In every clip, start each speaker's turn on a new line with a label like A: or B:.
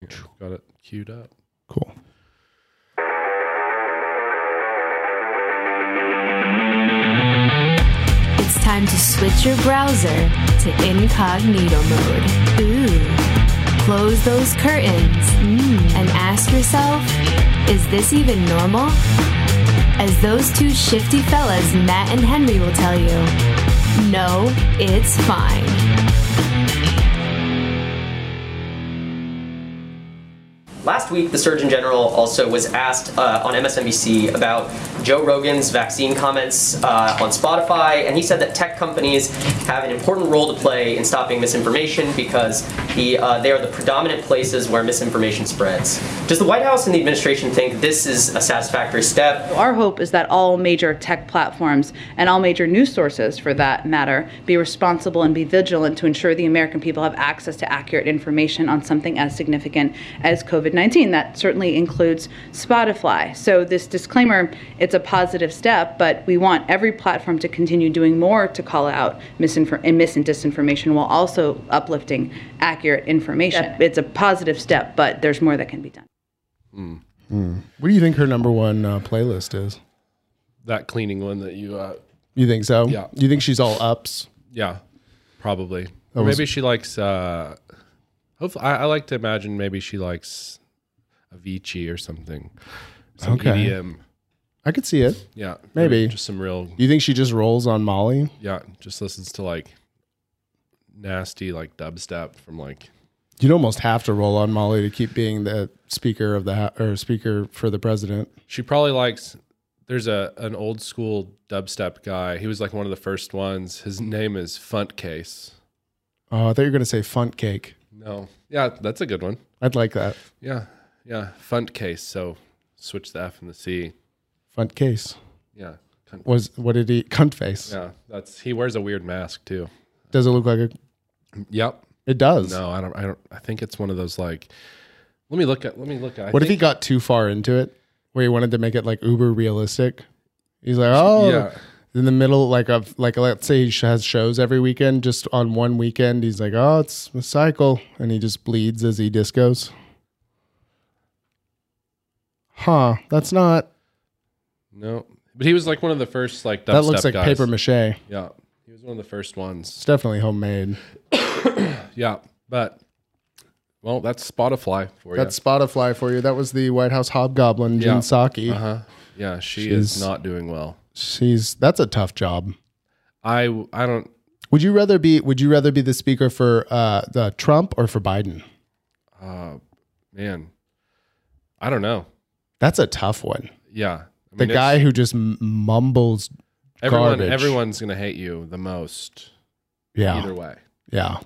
A: Here, I've got it queued up.
B: Cool.
C: It's time to switch your browser to incognito mode. Ooh. Close those curtains and ask yourself, is this even normal? As those two shifty fellas, Matt and Henry, will tell you, no, it's fine.
D: Last week, the Surgeon General also was asked uh, on MSNBC about Joe Rogan's vaccine comments uh, on Spotify, and he said that tech companies have an important role to play in stopping misinformation because the, uh, they are the predominant places where misinformation spreads. Does the White House and the administration think this is a satisfactory step?
E: Our hope is that all major tech platforms and all major news sources, for that matter, be responsible and be vigilant to ensure the American people have access to accurate information on something as significant as COVID 19. That certainly includes Spotify. So, this disclaimer it's a positive step, but we want every platform to continue doing more to call out misinfor- and mis and disinformation while also uplifting accurate information. It's a positive step, but there's more that can be done.
B: What do you think her number one uh, playlist is?
A: That cleaning one that you, uh,
B: You think so?
A: Yeah.
B: You think she's all ups?
A: yeah, probably. Or
B: was-
A: maybe she likes. uh Hopefully, I, I like to imagine maybe she likes Avicii or something. Some
B: Okay.
A: EDM.
B: I could see it.
A: Yeah,
B: Maybe.
A: just some real.
B: You think she just rolls on Molly?
A: Yeah, just listens to like nasty like dubstep from like
B: You'd almost have to roll on Molly to keep being the speaker of the ho- or speaker for the president.
A: She probably likes. There's a an old school dubstep guy. He was like one of the first ones. His name is Funtcase.
B: Oh, I thought you were gonna say funt cake.
A: No, yeah, that's a good one.
B: I'd like that
A: Yeah, yeah, Funtcase. So switch the F and the C.
B: funt case.
A: Yeah, Cunt-
B: Was what did he cunt face?
A: yeah. That's he wears a weird mask too.
B: Does it look like a?
A: Yep.
B: It does.
A: No, I don't. I don't. I think it's one of those like. Let me look at. Let me look at. I
B: What if he
A: think-
B: got too far into it, where he wanted to make it like uber realistic? He's like, oh,
A: Yeah.
B: in the middle, like of like, let's say he sh- has shows every weekend. Just on one weekend, he's like, oh, it's a cycle, and he just bleeds as he discos. Huh? That's not.
A: No, but he was like one of the first like dubstep
B: that looks like
A: guys.
B: paper mache. It's
A: Yeah, he was one of the first ones.
B: definitely homemade.
A: Yeah, but well, that's Spotify for
B: That's Spotify for you. That was the White House hobgoblin, Jen
A: Yeah.
B: Psaki.
A: you. Uh huh. Yeah, she
B: She's-
A: is not doing well.
B: She's that's a tough job.
A: I I don't.
B: Would you rather be Would you rather be the speaker for uh, the Trump or for Biden?
A: Uh, man, I don't know.
B: That's a tough one.
A: Yeah, I
B: The
A: mean, it's-
B: guy who just m- mumbles,
A: everyone
B: garbage.
A: everyone's gonna hate you the most
B: yeah,
A: either way.
B: yeah.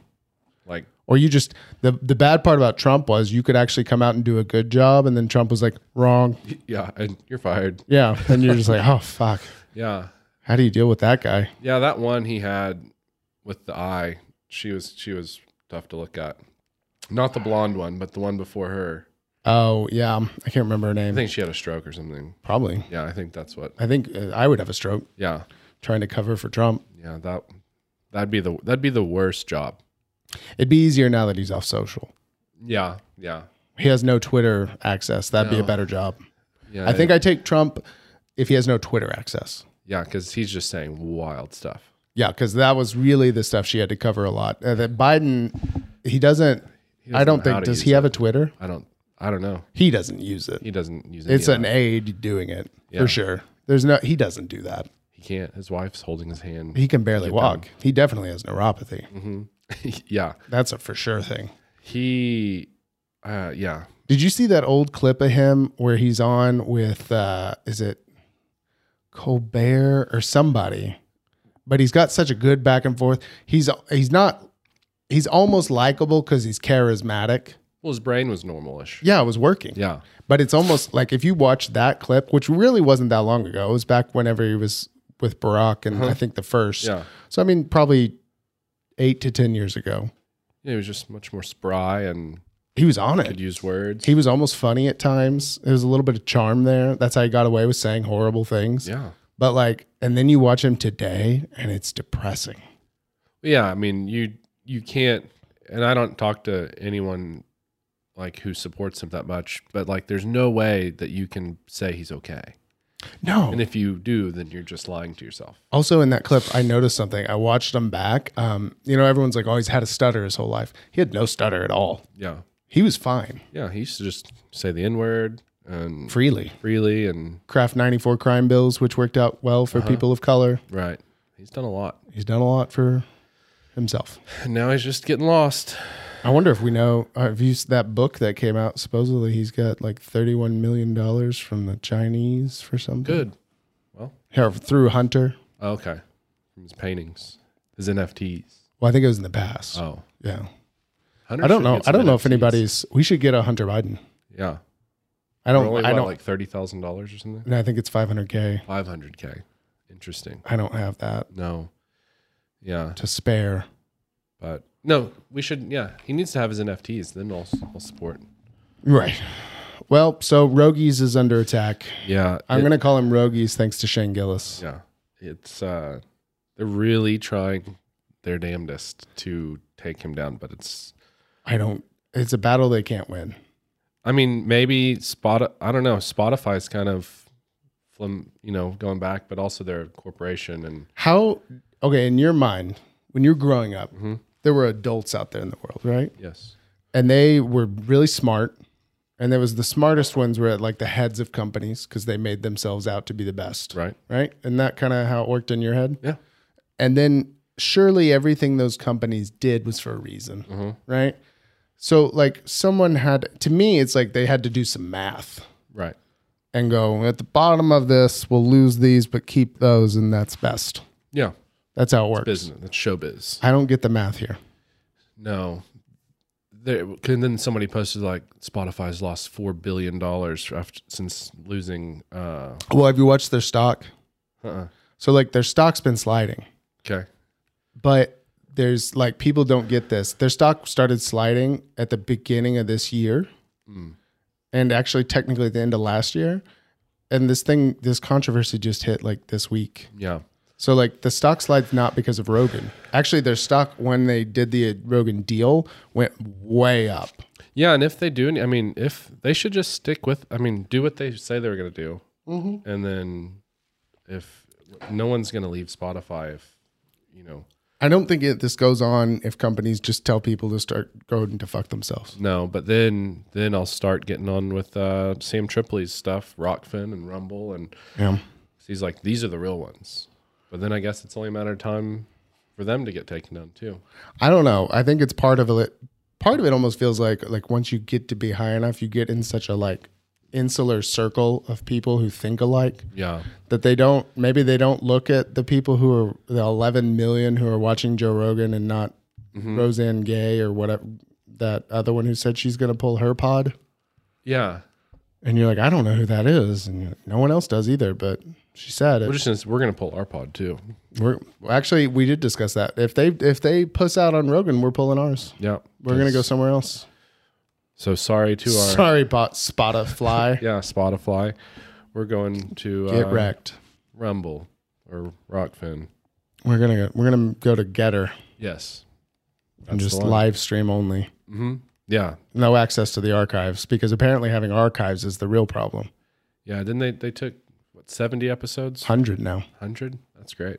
A: Like
B: Or you just the the bad part about Trump was you could actually come out and do a good job, and then Trump was like, wrong,
A: yeah, and you're fired.
B: yeah, and you're just like, oh fuck,
A: Yeah,
B: how do you deal with that guy?
A: yeah. That one he had with the eye. She was she was tough to look at. Not the blonde one, but the one before her.
B: Oh yeah, I can't remember her name.
A: I think she had a stroke or something.
B: Probably.
A: Yeah, I think that's what.
B: I think uh, I would have a stroke
A: Yeah,
B: trying to cover for Trump.
A: yeah. That that'd be the that'd be the worst job.
B: It'd be easier now that he's off social.
A: Yeah, yeah,
B: He has no Twitter access. That'd be a
A: No.
B: better job.
A: yeah.
B: I think I take Trump if he has no Twitter access.
A: yeah, because he's just saying wild stuff.
B: Yeah, because that was really the stuff she had to cover a lot. Uh, that Biden, he doesn't.
A: doesn't
B: I don't
A: know how
B: think
A: to
B: does
A: use
B: he have a Twitter?
A: I don't, I don't know.
B: He doesn't use it.
A: He doesn't use any
B: It's
A: of
B: an
A: that.
B: aide doing it
A: Yeah.
B: for sure. There's no. He doesn't do that.
A: He can't. His wife's holding his hand.
B: He can barely walk. He definitely has neuropathy.
A: Mm-hmm. yeah,
B: That's a for sure thing.
A: he, uh, yeah,
B: Did you see that old clip of him where he's on with uh is it Colbert or somebody? But he's got such a good back and forth. He's he's not he's almost likable cuz he's charismatic.
A: well, his brain was normalish.
B: Yeah, it was working.
A: Yeah,
B: But it's almost like if you watch that clip, which really wasn't that long ago. It was back whenever he was with Barack and I think the first.
A: Uh-huh. Yeah.
B: So I mean probably 8 to 10 years ago.
A: yeah. He was just much more spry and
B: He was on it.
A: could use words.
B: He was almost funny at times. There was a little bit of charm there. That's how he got away with saying horrible things.
A: yeah,
B: But like, and then you watch him today and it's depressing.
A: yeah. I mean, you you can't. And I don't talk to anyone like who supports him that much, but like there's no way that you can say he's okay.
B: No.
A: And if you do, then you're just lying to yourself.
B: Also, in that clip, I noticed something. I watched him back. Um, you know, everyone's like, oh, he's had a stutter his whole life. He had no stutter at all.
A: Yeah.
B: He was fine
A: Yeah. He used to just say the N word and
B: freely.
A: freely and
B: Craft 94 crime bills, which worked out well for people of color.
A: right. He's done a lot.
B: Uh-huh. He's done a lot for himself.
A: And now he's just getting lost.
B: I wonder if we know, uh, if you, that book that came out, supposedly he's got like $31 million from the Chinese for something.
A: Good.
B: Or through Hunter.
A: Okay. From his paintings, his NFTs.
B: Well, I think it was in the past.
A: Oh.
B: Yeah.
A: Hunter
B: I don't
A: should
B: know.
A: get
B: I
A: some
B: don't know if
A: NFTs.
B: anybody's, we should get a Hunter Biden.
A: Yeah.
B: I
A: I
B: don't,
A: don't, only,
B: I
A: what,
B: don't,
A: like $30,000 or something?
B: and I think it's 500K.
A: 500K. Interesting.
B: I don't have that
A: No. Yeah.
B: to spare.
A: But no, we should. Yeah, he needs to have his NFTs. Then I'll, I'll support.
B: Right. Well, so Rogies is under attack.
A: Yeah,
B: I'm
A: it-
B: going to call him Rogies thanks to Shane Gillis.
A: Yeah, it's uh, they're really trying their damnedest to take him down, but it's.
B: I don't, it's a battle they can't win.
A: I mean, maybe Spot. I don't know. Spotify's kind of, flim, you know, going back, but also they're a corporation, and
B: How, okay, in your mind, when you're growing up,
A: Mm-hmm.
B: there were adults out there in the world, right?
A: yes,
B: And they were really smart. And there was the smartest ones were at like the heads of companies because they made themselves out to be the best.
A: right.
B: Right. And that kind of how it worked in your head.
A: Yeah.
B: And then surely everything those companies did was for a reason,
A: Mm-hmm.
B: right? So like someone had to me, it's like they had to do some math
A: Right.
B: and go at the bottom of this, we'll lose these, but keep those, and that's best.
A: Yeah.
B: That's how it works.
A: Business. That's showbiz.
B: I don't get the math here.
A: No. There, and then somebody posted like Spotify's lost four billion dollars after since losing. Uh,
B: Well, have you watched their stock?
A: uh-uh.
B: So like their stock's been sliding,
A: Okay.
B: but there's like people don't get this. Their stock started sliding at the beginning of this year.
A: Hmm.
B: And actually technically at the end of last year. And this thing, this controversy just hit like this week.
A: Yeah.
B: So like the stock slide's not because of Rogan. Actually, their stock when they did the Rogan deal went way up.
A: Yeah, and if they do, any- I mean, if they should just stick with, I mean, do what they say they were going to do, and then if no one's going to leave Spotify, if you know,
B: I don't think it, this goes on if companies just tell people to start going to fuck themselves.
A: no, but then then I'll start getting on with uh, Sam Tripoli's stuff, Rockfin and Rumble, and
B: Yeah.
A: he's like, these are the real ones. But then I guess it's only a matter of time for them to get taken down too.
B: I don't know. I think it's part of it. Part of it almost feels like like once you get to be high enough, you get in such a like insular circle of people who think alike
A: Yeah,
B: that they don't maybe they don't look at the people who are the 11 million who are watching Joe Rogan and not Roseanne Gay or whatever that other one who said she's going to pull her pod
A: yeah.
B: and you're like I don't know who that is and you're like, no one else does either but she said
A: We're
B: it.
A: just gonna, we're gonna pull our pod too.
B: We're, actually we did discuss that. If they if they puss out on Rogan, we're pulling ours.
A: Yeah,
B: We're going to go somewhere else.
A: So sorry to our
B: Sorry, bot Spotify.
A: yeah Spotify. We're going to
B: Get
A: uh,
B: wrecked.
A: Rumble or Rockfin.
B: We're gonna go, we're gonna go to Getter
A: Yes.
B: and just
A: the one.
B: live stream only.
A: Yeah.
B: No access to the archives because apparently having archives is the real problem.
A: Yeah. Didn't they? They took what seventy episodes?
B: Hundred now.
A: Hundred. That's great.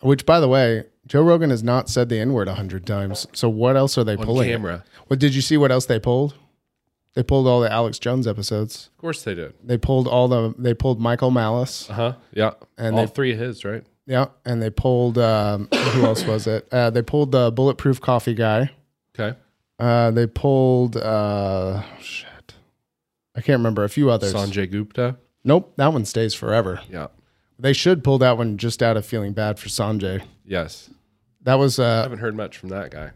B: Which, by the way, Joe Rogan has not said the N word a hundred times. So what else are they
A: On
B: pulling?
A: camera.
B: What did you see? What else they pulled? They pulled all the Alex Jones episodes.
A: Of course they did.
B: They pulled all the. They pulled Michael Malice.
A: Uh huh. Yeah.
B: And
A: all
B: they-
A: three of his, right?
B: Yeah, and they pulled. Um, who else was it? Uh, they pulled the bulletproof coffee guy.
A: Okay.
B: Uh, they pulled uh, shit. I can't remember a few others.
A: Sanjay Gupta.
B: Nope, that one stays forever.
A: Yeah.
B: They should pull that one just out of feeling bad for Sanjay.
A: Yes.
B: That was
A: I
B: uh,
A: haven't heard much from that guy.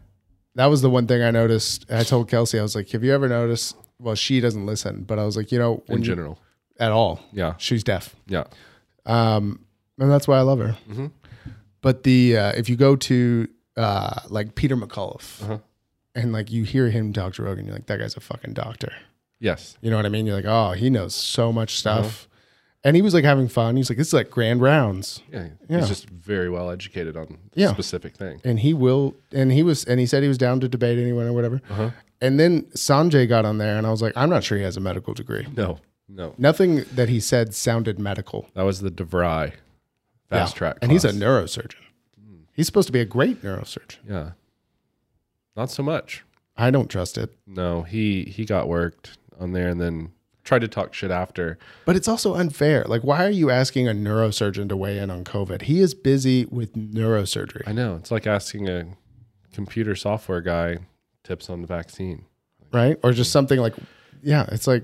B: that was the one thing I noticed. I told Kelsey, I was like, "Have you ever noticed?" Well, she doesn't listen, but I was like, you know,
A: In
B: when you-
A: general.
B: at all,
A: Yeah.
B: she's deaf,
A: Yeah.
B: um, and that's why I love her.
A: Mm-hmm.
B: But the uh, if you go to uh, like Peter McAuliffe,
A: Uh-huh.
B: and like you hear him talk to Rogan, you're like, that guy's a fucking doctor.
A: Yes.
B: You know what I mean? You're like, oh, he knows so much
A: Uh-huh.
B: stuff. And he was like having fun. He's like, this is like grand rounds.
A: Yeah.
B: Yeah.
A: He's just very well educated on
B: Yeah.
A: specific thing. Uh-huh.
B: And he will, and he was, and he said he was down to debate anyone or whatever. And then Sanjay got on there, and I was like, I'm not sure he has a medical degree.
A: No, no.
B: Nothing that he said sounded medical.
A: That was the DeVry fast
B: Yeah.
A: track.
B: And he's a
A: class. Hmm.
B: neurosurgeon. He's supposed to be a great neurosurgeon.
A: Yeah. Not so much.
B: I don't trust it.
A: No, he he got worked on there and then tried to talk shit after.
B: But it's also unfair. Like, why are you asking a neurosurgeon to weigh in on COVID? He is busy with neurosurgery.
A: I know. It's like asking a computer software guy tips on the vaccine.
B: right? Or just something like, yeah, it's like,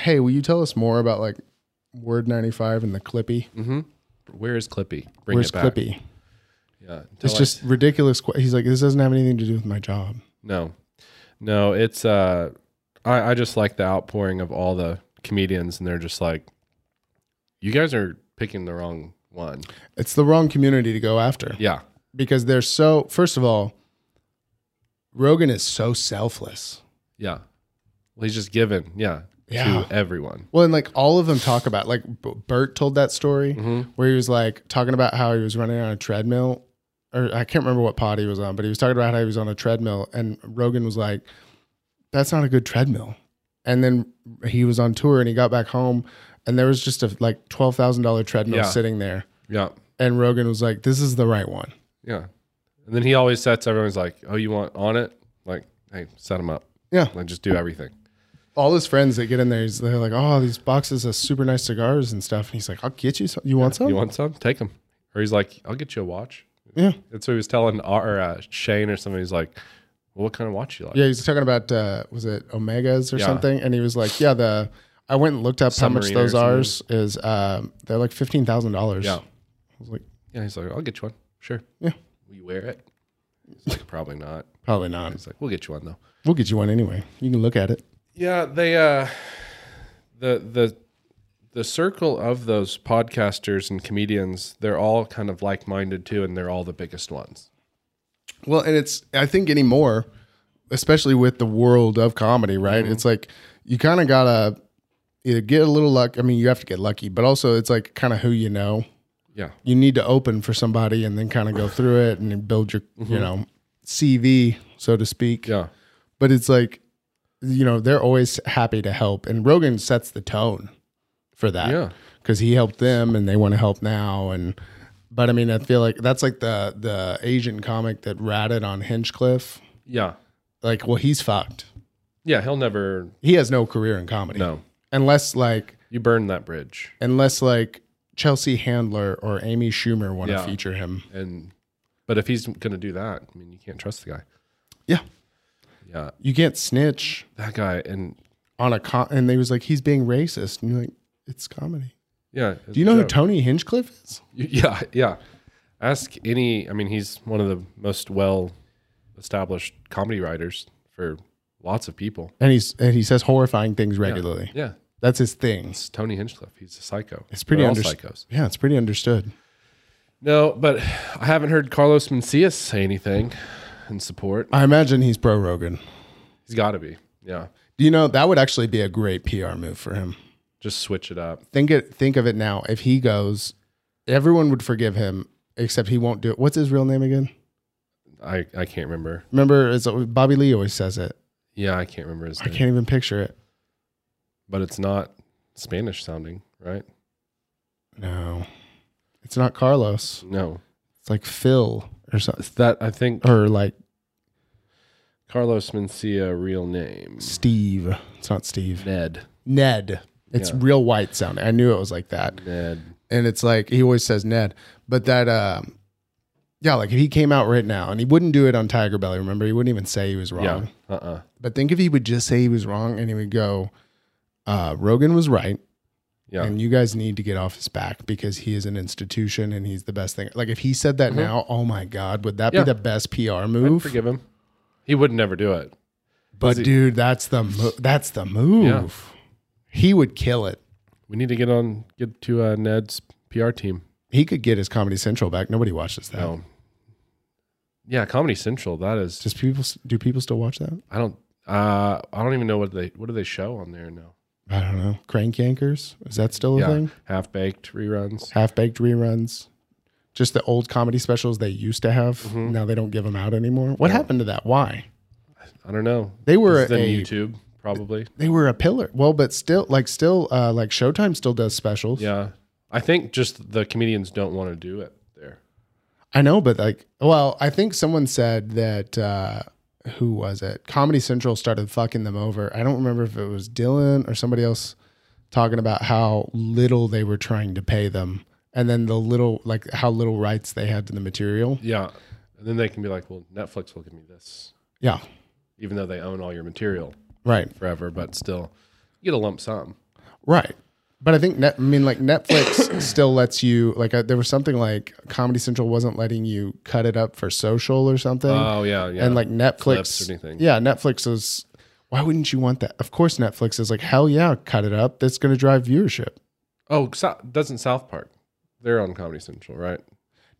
B: hey, will you tell us more about like Word 95 and the Clippy?
A: Where is Clippy? Bring
B: Where's
A: it back.
B: Clippy?
A: Yeah.
B: It's
A: tell us.
B: just ridiculous. que- He's like, this doesn't have anything to do with my job.
A: No, no, it's uh, I I just like the outpouring of all the comedians, and they're just like, you guys are picking the wrong one.
B: It's the wrong community to go after
A: Yeah,
B: because they're so, first of all, Rogan is so selfless.
A: yeah. Well, he's just given, yeah,
B: Yeah.
A: to everyone.
B: Well, and like all of them talk about, like B- Bert told that story where he was like talking about how he was running on a treadmill, or I can't remember what pod he was on, but he was talking about how he was on a treadmill, and Rogan was like, "That's not a good treadmill." And then he was on tour, and he got back home, and there was just a like twelve thousand dollar treadmill
A: Yeah.
B: sitting there,
A: Yeah,
B: and Rogan was like, "This is the right one."
A: yeah. And then he always sets everyone's like, oh, you want on it? Like, hey, set them up.
B: Yeah,
A: Like, just do everything.
B: all his friends that get in there, he's, they're like, "Oh, these boxes of super nice cigars and stuff," and he's like, "I'll get you some. You want some?
A: You want some? Take them. Or he's like, I'll get you a watch.
B: yeah."
A: That's what he was telling or, uh, Shane or something. He's like, well, what kind of watch you like?
B: Yeah, he was talking about uh, was it omegas or
A: Yeah.
B: something, and he was like, "Yeah, the I went and looked up how much those are.
A: Submariners
B: Is um, they're like fifteen thousand dollars."
A: Yeah.
B: I was like,
A: Yeah, he's like, I'll get you one. Sure.
B: "Yeah,
A: Will you wear it? He's like, probably not.
B: probably not.
A: He's like, we'll get you one though.
B: We'll get you one anyway. You can look at it."
A: Yeah, they uh the the the circle of those podcasters and comedians, they're all kind of like minded too, and they're all the biggest ones.
B: Well, and it's I think anymore, especially with the world of comedy, right? It's like you kind of gotta either get a little luck. I mean, you have to get lucky, but also it's like kind of who you know.
A: Yeah.
B: You need to open for somebody and then kind of go through it and build your you know CV, so to speak.
A: Yeah.
B: but it's like you know they're always happy to help and rogan sets the tone for that
A: Yeah.
B: because he helped them and they want to help now and but i mean i feel like that's like the the asian comic that ratted on hinchcliffe
A: Yeah.
B: like well he's fucked
A: Yeah, he'll never
B: he has no career in comedy
A: No.
B: unless like
A: You burn that bridge.
B: unless like chelsea handler or amy schumer want to
A: Yeah.
B: feature him
A: And but if he's gonna do that, I mean you can't trust the guy.
B: yeah
A: Yeah.
B: you can't snitch
A: That guy and
B: on a con and they was like he's being racist and you're like it's comedy
A: yeah. it's
B: do you know
A: a
B: who
A: joke.
B: tony hinchcliffe is
A: Yeah, yeah. Ask any. I mean, he's one of the most well-established comedy writers for lots of people.
B: and he's and he says horrifying things regularly.
A: Yeah,
B: That's his thing.
A: it's Tony Hinchcliffe. He's a psycho.
B: It's pretty
A: They're all
B: underst-
A: psychos.
B: Yeah, it's pretty understood.
A: No, but I haven't heard Carlos Mencias say anything in support.
B: I imagine he's pro Rogan.
A: He's got to be. Yeah,
B: Do you know that would actually be a great PR move for him?
A: just switch it up.
B: Think it. Think of it now. If he goes, everyone would forgive him, except he won't do it. What's his real name again?
A: I I can't remember.
B: Remember, it's Bobby Lee always says it.
A: Yeah, I can't remember his
B: I
A: name.
B: can't even picture it.
A: But it's not Spanish sounding, right?
B: No, it's not Carlos.
A: No,
B: It's like Phil or something,
A: it's that I think
B: or like
A: Carlos Mencia real name
B: Steve. It's not Steve.
A: Ned.
B: Ned. It's
A: Yeah.
B: real white sounding. I knew it was like that.
A: Ned.
B: and it's like he always says Ned, but that um yeah, like if he came out right now and he wouldn't do it on Tiger Belly, remember he wouldn't even say he was wrong.
A: Yeah. Uh. uh
B: But think if he would just say he was wrong and he would go, uh, Rogan was right,
A: Yeah.
B: and you guys need to get off his back because he is an institution and he's the best thing. Like if he said that now, oh my god, would that
A: Mm-hmm. Yeah.
B: be the best PR
A: I'd
B: move?
A: forgive him. He would never do it.
B: but dude, that's the mo- that's the move. He would kill it.
A: We need to get on, get to uh, Ned's PR team.
B: He could get his Comedy Central back. Nobody watches that.
A: No. Yeah, Comedy Central. That is just.
B: Just people. Do people still watch that?
A: I don't. Uh, I don't even know what they what do they show on there now.
B: I don't know. Crank yankers? Is that still a
A: Yeah,
B: thing?
A: half baked reruns.
B: Half baked reruns? Just
A: Mm-hmm.
B: the old comedy specials they used to have. Now they don't give them out anymore. What happened to that? Why?
A: I I don't know.
B: They were
A: This is in
B: a-
A: YouTube probably.
B: They were a pillar. Well, but still, like, still, uh, like Showtime still does specials.
A: Yeah, I think just the comedians don't want to do it there.
B: I know, but like, well, I think someone said that. Uh, who was it? Comedy Central started fucking them over. I don't remember if it was Dylan or somebody else talking about how little they were trying to pay them, and then the little, like, how little rights they had to the material.
A: Yeah, and then they can be like, well, Netflix will give me this,
B: Yeah,
A: even though they own all your material
B: right,
A: forever, but still, you get a lump sum.
B: right. But I think net, I mean, like, Netflix still lets you. Like, uh there was something like Comedy Central wasn't letting you cut it up for social or something.
A: Oh yeah, yeah.
B: Mm. and like
A: Clips
B: Netflix.
A: or anything.
B: Yeah, Netflix is. Why wouldn't you want that? Of course, Netflix is like, hell yeah, cut it up. That's going to drive viewership.
A: oh, so, doesn't South Park? They're on Comedy Central, right?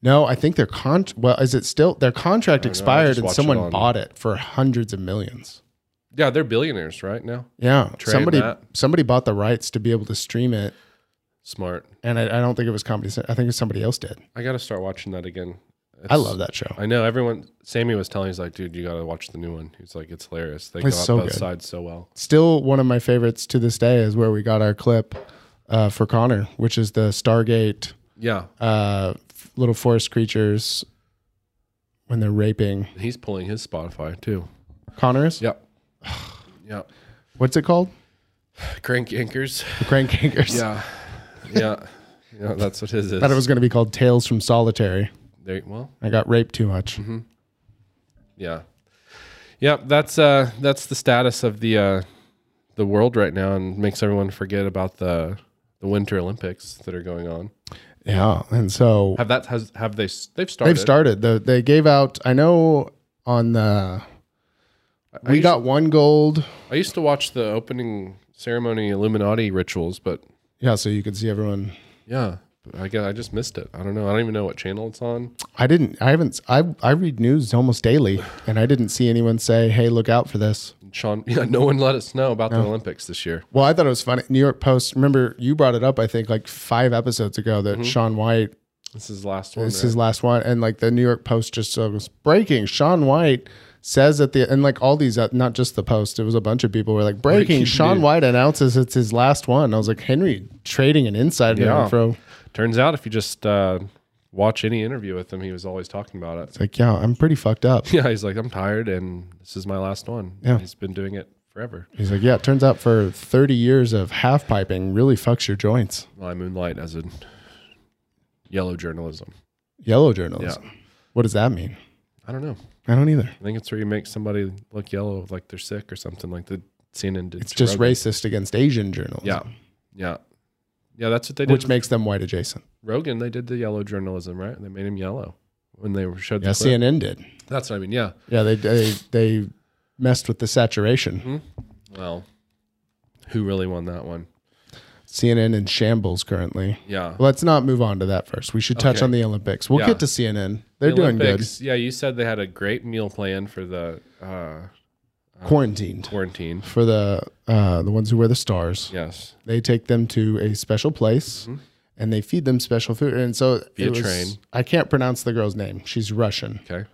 B: No, I think their con. Well, is it still their contract
A: know. I
B: expired
A: just
B: and
A: watched
B: someone
A: it on-
B: bought it for hundreds of millions.
A: Yeah, they're billionaires right now.
B: Yeah,
A: Trade
B: somebody
A: that.
B: somebody bought the rights to be able to stream it,
A: Smart.
B: and I, I don't think it was Comedy Central. I think it was somebody else did.
A: I got to start watching that again.
B: I love that show.
A: I know everyone. Sammy was telling. He's like, dude, you got to watch the new one. He's like, it's hilarious. They
B: It's
A: got
B: so
A: both
B: good.
A: sides so well.
B: Still one of my favorites to this day is where we got our clip uh, for Connor, which is the Stargate
A: Yeah,
B: uh, f- little forest creatures when they're raping
A: he's pulling his Spotify too.
B: Connors.
A: Yep. yep.
B: What's it called?
A: Crank anchors.
B: The Crank Hangers.
A: Yeah. yeah. Yeah. That's what his is.
B: Thought it was going to be called Tales from Solitary.
A: There, well,
B: I got raped too much.
A: Mm-hmm. yeah. Yep. That's uh that's the status of the uh the world right now, and makes everyone forget about the the Winter Olympics that are going on.
B: Yeah, and so
A: Have that has have they s- they've started?
B: they've started. The, they gave out. I know on the we
A: used-
B: got one gold.
A: I used to watch the opening ceremony Illuminati rituals, but
B: Yeah, so you could see everyone.
A: yeah, but I guess I just missed it. I don't know. I don't even know what channel it's on.
B: I didn't. I haven't. I I read news almost daily, and I didn't see anyone say, "Hey, look out for this."
A: Sean, yeah, no one let us know about the Olympics this year.
B: Well, I thought it was funny. New York Post. Remember, you brought it up. I think like five episodes ago that Sean White
A: This is the last one.
B: This is
A: Mm-hmm. right?
B: his last one, and like the New York Post just uh, was breaking. Sean White says at the and like all these, uh, not just the Post, it was a bunch of people were like breaking.
A: Breaking
B: Sean
A: news.
B: White announces it's his last one. I was like Henry trading an inside
A: Yeah.
B: yeah. info.
A: Turns out, if you just uh, watch any interview with him, he was always talking about it.
B: It's like yeah, I'm pretty fucked up.
A: Yeah, he's like, I'm tired, and this is my last one.
B: Yeah.
A: he's been doing it forever.
B: He's like yeah. It turns out for 30 years of half piping really fucks your joints.
A: Well, I moonlight as a yellow journalism.
B: Yellow
A: Yeah,
B: journalism. What does that mean?
A: I don't know.
B: I don't either.
A: I think it's where you make somebody look yellow, like they're sick or something, like the CNN did.
B: It's just racist against Asian journalism,
A: Yeah, yeah, yeah. That's what they did.
B: which
A: with
B: makes them white adjacent.
A: Rogan, they did the yellow journalism, right? They made him yellow when they showed the
B: Yeah,
A: clip.
B: CNN did.
A: That's what I mean. Yeah.
B: Yeah, they they they messed with the saturation.
A: Mm-hmm. Well, who really won that one?
B: CNN in shambles currently.
A: Yeah.
B: Let's not move on to that first. We should touch
A: Okay.
B: on the Olympics. We'll
A: Yeah.
B: get to CNN. They're doing good.
A: good. Yeah, you said they had a great meal plan for the uh,
B: Quarantined
A: quarantine.
B: for the uh, the ones who wear the stars.
A: Yes,
B: They take them to a special place and they feed them special food. And so
A: Mm-hmm. Via
B: it was-
A: train.
B: I can't pronounce the girl's name. She's Russian,
A: okay.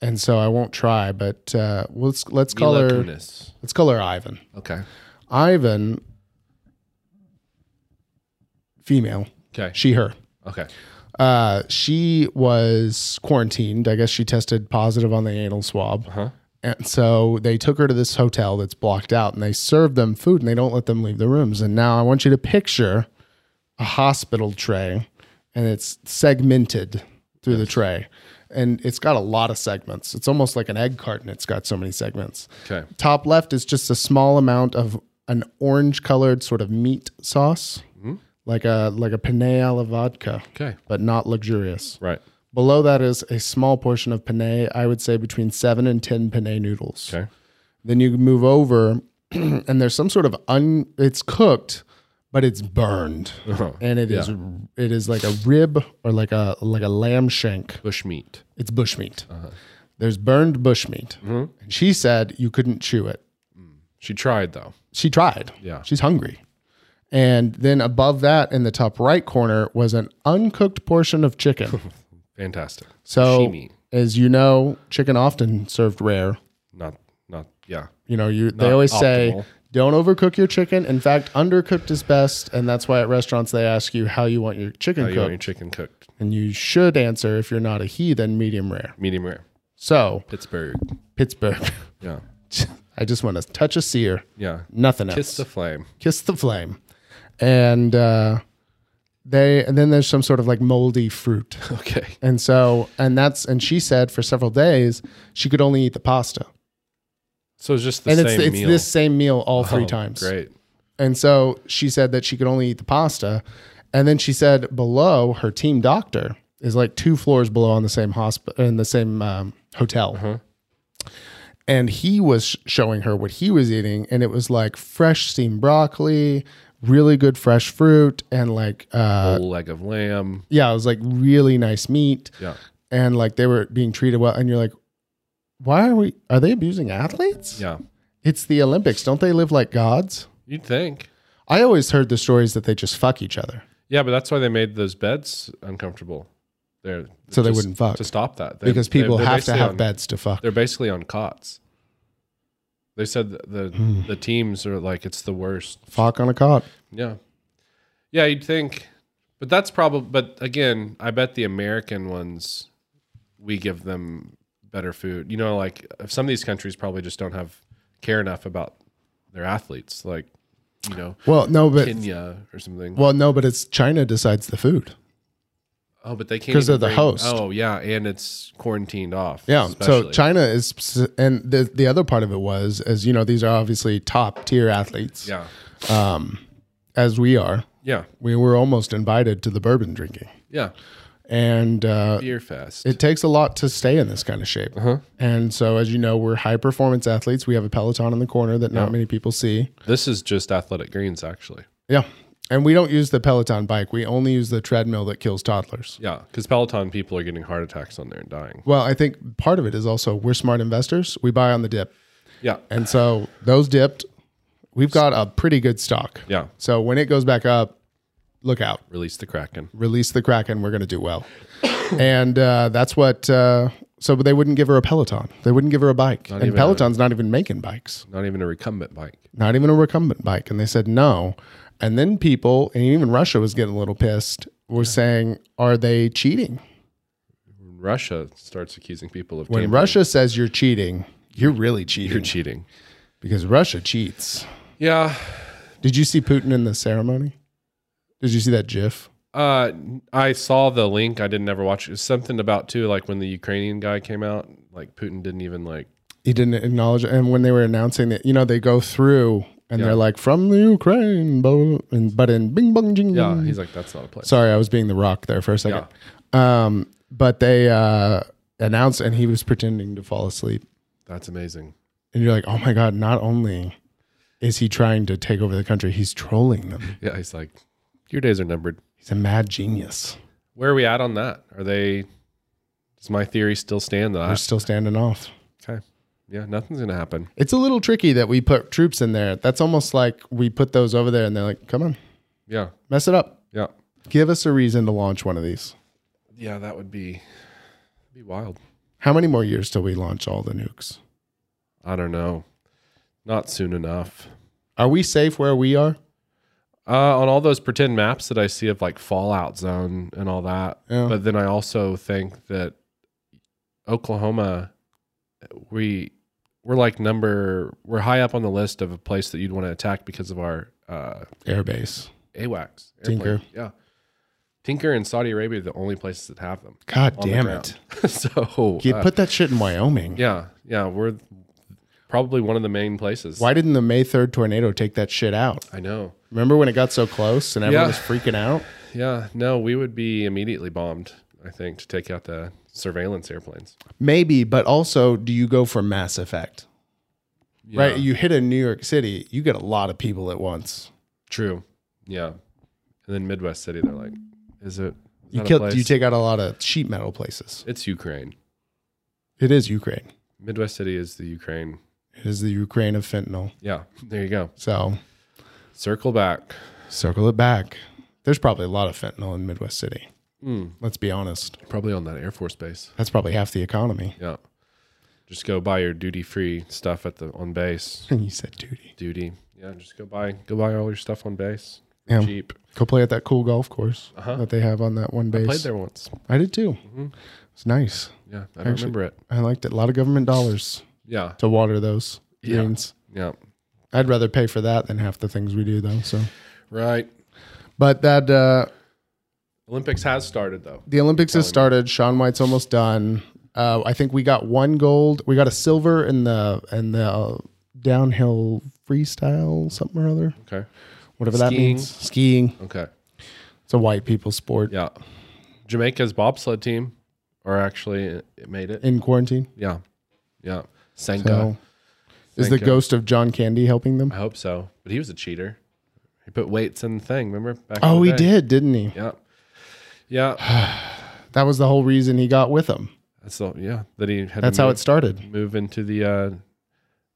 B: and so I won't try. But uh, let's let's call
A: Mila
B: her
A: Kunis.
B: let's call her Ivan.
A: Okay.
B: Ivan, female.
A: Okay.
B: She her.
A: Okay.
B: uh, she was quarantined. I guess she tested positive on the anal swab.
A: Uh-huh.
B: And so they took her to this hotel that's blocked out and they serve them food and they don't let them leave the rooms. And now I want you to picture a hospital tray and it's segmented through the tray. And it's got a lot of segments. It's almost like an egg carton. It's got so many segments.
A: Okay.
B: Top left is just a small amount of an orange colored sort of meat sauce, like a like a penne alla vodka
A: Mm-hmm. Okay.
B: but not luxurious.
A: Right.
B: Below that is a small portion of penne, I would say between seven and 10 penne noodles.
A: Okay.
B: Then you move over, and there's some sort of un, it's cooked, but it's burned.
A: Uh-huh.
B: And it is it is like a rib or like a like a lamb shank.
A: Bush meat.
B: It's bushmeat.
A: Uh-huh.
B: There's burned bushmeat.
A: Mm-hmm.
B: And she said you couldn't chew it.
A: She tried though.
B: She tried.
A: Yeah.
B: She's hungry. And then above that in the top right corner was an uncooked portion of chicken.
A: Fantastic.
B: So,
A: Sashimi.
B: as you know, chicken often served rare.
A: Not, not, yeah.
B: You know, you they
A: Not
B: always
A: optimal.
B: say don't overcook your chicken. In fact, undercooked is best, and that's why at restaurants they ask you how you want your chicken
A: How you
B: cooked,
A: want your chicken cooked?
B: and you should answer if you're not a he, then medium rare.
A: Medium rare.
B: So
A: Pittsburgh.
B: Pittsburgh,
A: Yeah.
B: I just want to touch a sear,
A: Yeah.
B: nothing else.
A: Kiss the flame.
B: kiss the flame, and uh, they and then there's some sort of like moldy fruit.
A: Okay.
B: And so, and that's, and she said for several days she could only eat the pasta.
A: So it's just the
B: and
A: same
B: it's, it's
A: meal.
B: this same meal all three
A: Oh,
B: times.
A: Great.
B: And so she said that she could only eat the pasta. And then she said below her team doctor is like two floors below on the same hospital, in the same um, hotel.
A: Uh-huh.
B: And he was sh- showing her what he was eating. And it was like fresh steamed broccoli, really good fresh fruit, and like, uh,
A: Whole leg of lamb.
B: yeah, it was like really nice meat
A: Yeah.
B: and like they were being treated well and you're like why are we are they abusing athletes
A: Yeah.
B: it's the olympics don't they live like gods
A: You'd think.
B: i always heard the stories that they just fuck each other
A: Yeah, but that's why they made those beds uncomfortable. They're
B: So they
A: just-
B: wouldn't fuck.
A: to stop that They-
B: because
A: they-
B: people
A: they're
B: have to
A: basically
B: have
A: on-
B: beds to fuck
A: They're basically on cots. They said that the
B: Hmm.
A: the teams are like it's the worst.
B: fuck on a cot
A: Yeah, yeah, you'd think, but that's probably. But again, I bet the American ones we give them better food. You know, like if some of these countries probably just don't have care enough about their athletes, like you know
B: well no but
A: Kenya or something.
B: well no but it's china decides the food
A: Oh, but they can't
B: 'Cause
A: even
B: they're the
A: bring-
B: host.
A: Oh, yeah, and it's quarantined off.
B: yeah so
A: especially.
B: china is and the, the other part of it was as you know these are obviously top tier athletes
A: Yeah,
B: as we are
A: yeah,
B: we were almost invited to the bourbon drinking
A: yeah.
B: and uh,
A: Beer fest.
B: it takes a lot to stay in this kind of shape.
A: Uh-huh.
B: And so, as you know, we're high performance athletes. We have a Peloton in the corner that not many people see.
A: this is just athletic greens, actually.
B: Yeah. And we don't use the Peloton bike, we only use the treadmill that kills toddlers.
A: Yeah, because Peloton people are getting heart attacks on there and dying.
B: Well, I think part of it is also we're smart investors. We buy on the dip.
A: Yeah,
B: And so those dipped, we've got a pretty good stock.
A: yeah.
B: So when it goes back up, look out.
A: Release the kraken.
B: Release the Kraken. We're going to do well. and uh, that's what. Uh, so they wouldn't give her a Peloton. They wouldn't give her a bike. and
A: even a-
B: Peloton's not even making bikes.
A: Not even a recumbent bike.
B: not even a recumbent bike. And they said no. And then people, and even Russia was getting a little pissed, were saying, Are they cheating?
A: Russia starts accusing people of
B: When
A: gambling.
B: Russia says you're cheating, you're really cheating
A: You're cheating.
B: because Russia cheats.
A: Yeah,
B: Did you see Putin in the ceremony? Did you see that GIF?
A: uh, I saw the link. I didn't ever watch it. It's something about too, like when the Ukrainian guy came out, like Putin didn't even like.
B: He didn't acknowledge it. And when they were announcing it, you know, they go through and
A: Yeah.
B: they're like, From the Ukraine, blah, blah, blah," and, but in bing, bong, jing.
A: Yeah,
B: jing.
A: he's like, that's not a play.
B: Sorry, I was being the rock there for a second. Um, but they uh, announced, and he was pretending to fall asleep.
A: That's amazing.
B: and you're like, oh my god! Not only is he trying to take over the country, he's trolling them.
A: Yeah, he's like, your days are numbered.
B: He's a mad genius.
A: Where are we at on that? Are they? Does my theory still stand? That
B: We're
A: I,
B: still standing off.
A: okay, yeah, nothing's gonna happen.
B: It's a little tricky that we put troops in there. That's almost like we put those over there, and they're like, come on,
A: Yeah,
B: mess it up.
A: yeah,
B: Give us a reason to launch one of these.
A: yeah. That would be be wild.
B: How many more years till we launch all the nukes?
A: I don't know. Not soon enough.
B: Are we safe where we are?
A: Uh, on all those pretend maps that I see of like Fallout Zone and all that,
B: Yeah.
A: but then I also think that Oklahoma, we we're like number we're high up on the list of a place that you'd want to attack because of our uh,
B: Airbase.
A: AWACS.
B: Tinker.
A: Yeah. Tinker and Saudi Arabia are the only places that have them.
B: God
A: on the
B: damn it!
A: ground. so,
B: You
A: uh,
B: put that shit in Wyoming.
A: yeah, yeah, we're probably one of the main places.
B: Why didn't the May third tornado take that shit out?
A: I know.
B: Remember when it got so close and everyone
A: Yeah.
B: was freaking out?
A: Yeah, no, we would be immediately bombed, I think, to take out the surveillance airplanes.
B: Maybe, but also, do you go for mass effect? Right?
A: Yeah.
B: You hit a New York City, you get a lot of people at once.
A: True. Yeah. And then Midwest City, they're like, is it? Is
B: You
A: that a
B: kill,
A: place?
B: you take out a lot of sheet metal places.
A: It's Ukraine.
B: It is Ukraine.
A: Midwest City is the Ukraine.
B: It is the Ukraine of fentanyl.
A: Yeah, there you go.
B: So
A: Circle back.
B: circle it back. There's probably a lot of fentanyl in Midwest City.
A: Hmm.
B: Let's be honest.
A: Probably on that Air Force base.
B: That's probably half the economy.
A: Yeah. Just go buy your duty free stuff at the on base.
B: And you said duty.
A: Duty. Yeah, just go buy go buy all your stuff on base.
B: Yeah.
A: Cheap. Uh-huh.
B: Go play at that cool golf course that they have on that one base.
A: Played there Mm-hmm. once.
B: I did too. It's nice.
A: Yeah. I don't remember it.
B: I liked it. A lot of government dollars
A: Yeah.
B: to water those
A: Yeah.
B: greens.
A: Yeah.
B: I'd rather pay for that than half the things we do though. So,
A: Right.
B: but that uh,
A: Olympics has started though.
B: the Olympics has started. Sean White's almost done. Uh, I think we got one gold. We got a silver in the in the uh, downhill freestyle something or other,
A: Okay.
B: whatever that
A: Skiing.
B: means. Skiing.
A: Okay.
B: It's a white people sport.
A: Yeah. Jamaica's bobsled team are actually uh, it made it.
B: In quarantine,
A: Yeah. Yeah. Senka.
B: so is the
A: Thank you.
B: ghost of John Candy helping them?
A: I hope so. But he was a cheater. He put weights in the thing, remember? Back in
B: Oh,
A: the
B: he
A: day.
B: did, didn't he?
A: Yeah. Yeah.
B: That was the whole reason he got with them.
A: That's all yeah. That he had
B: That's
A: to
B: how
A: move,
B: it started.
A: move into the uh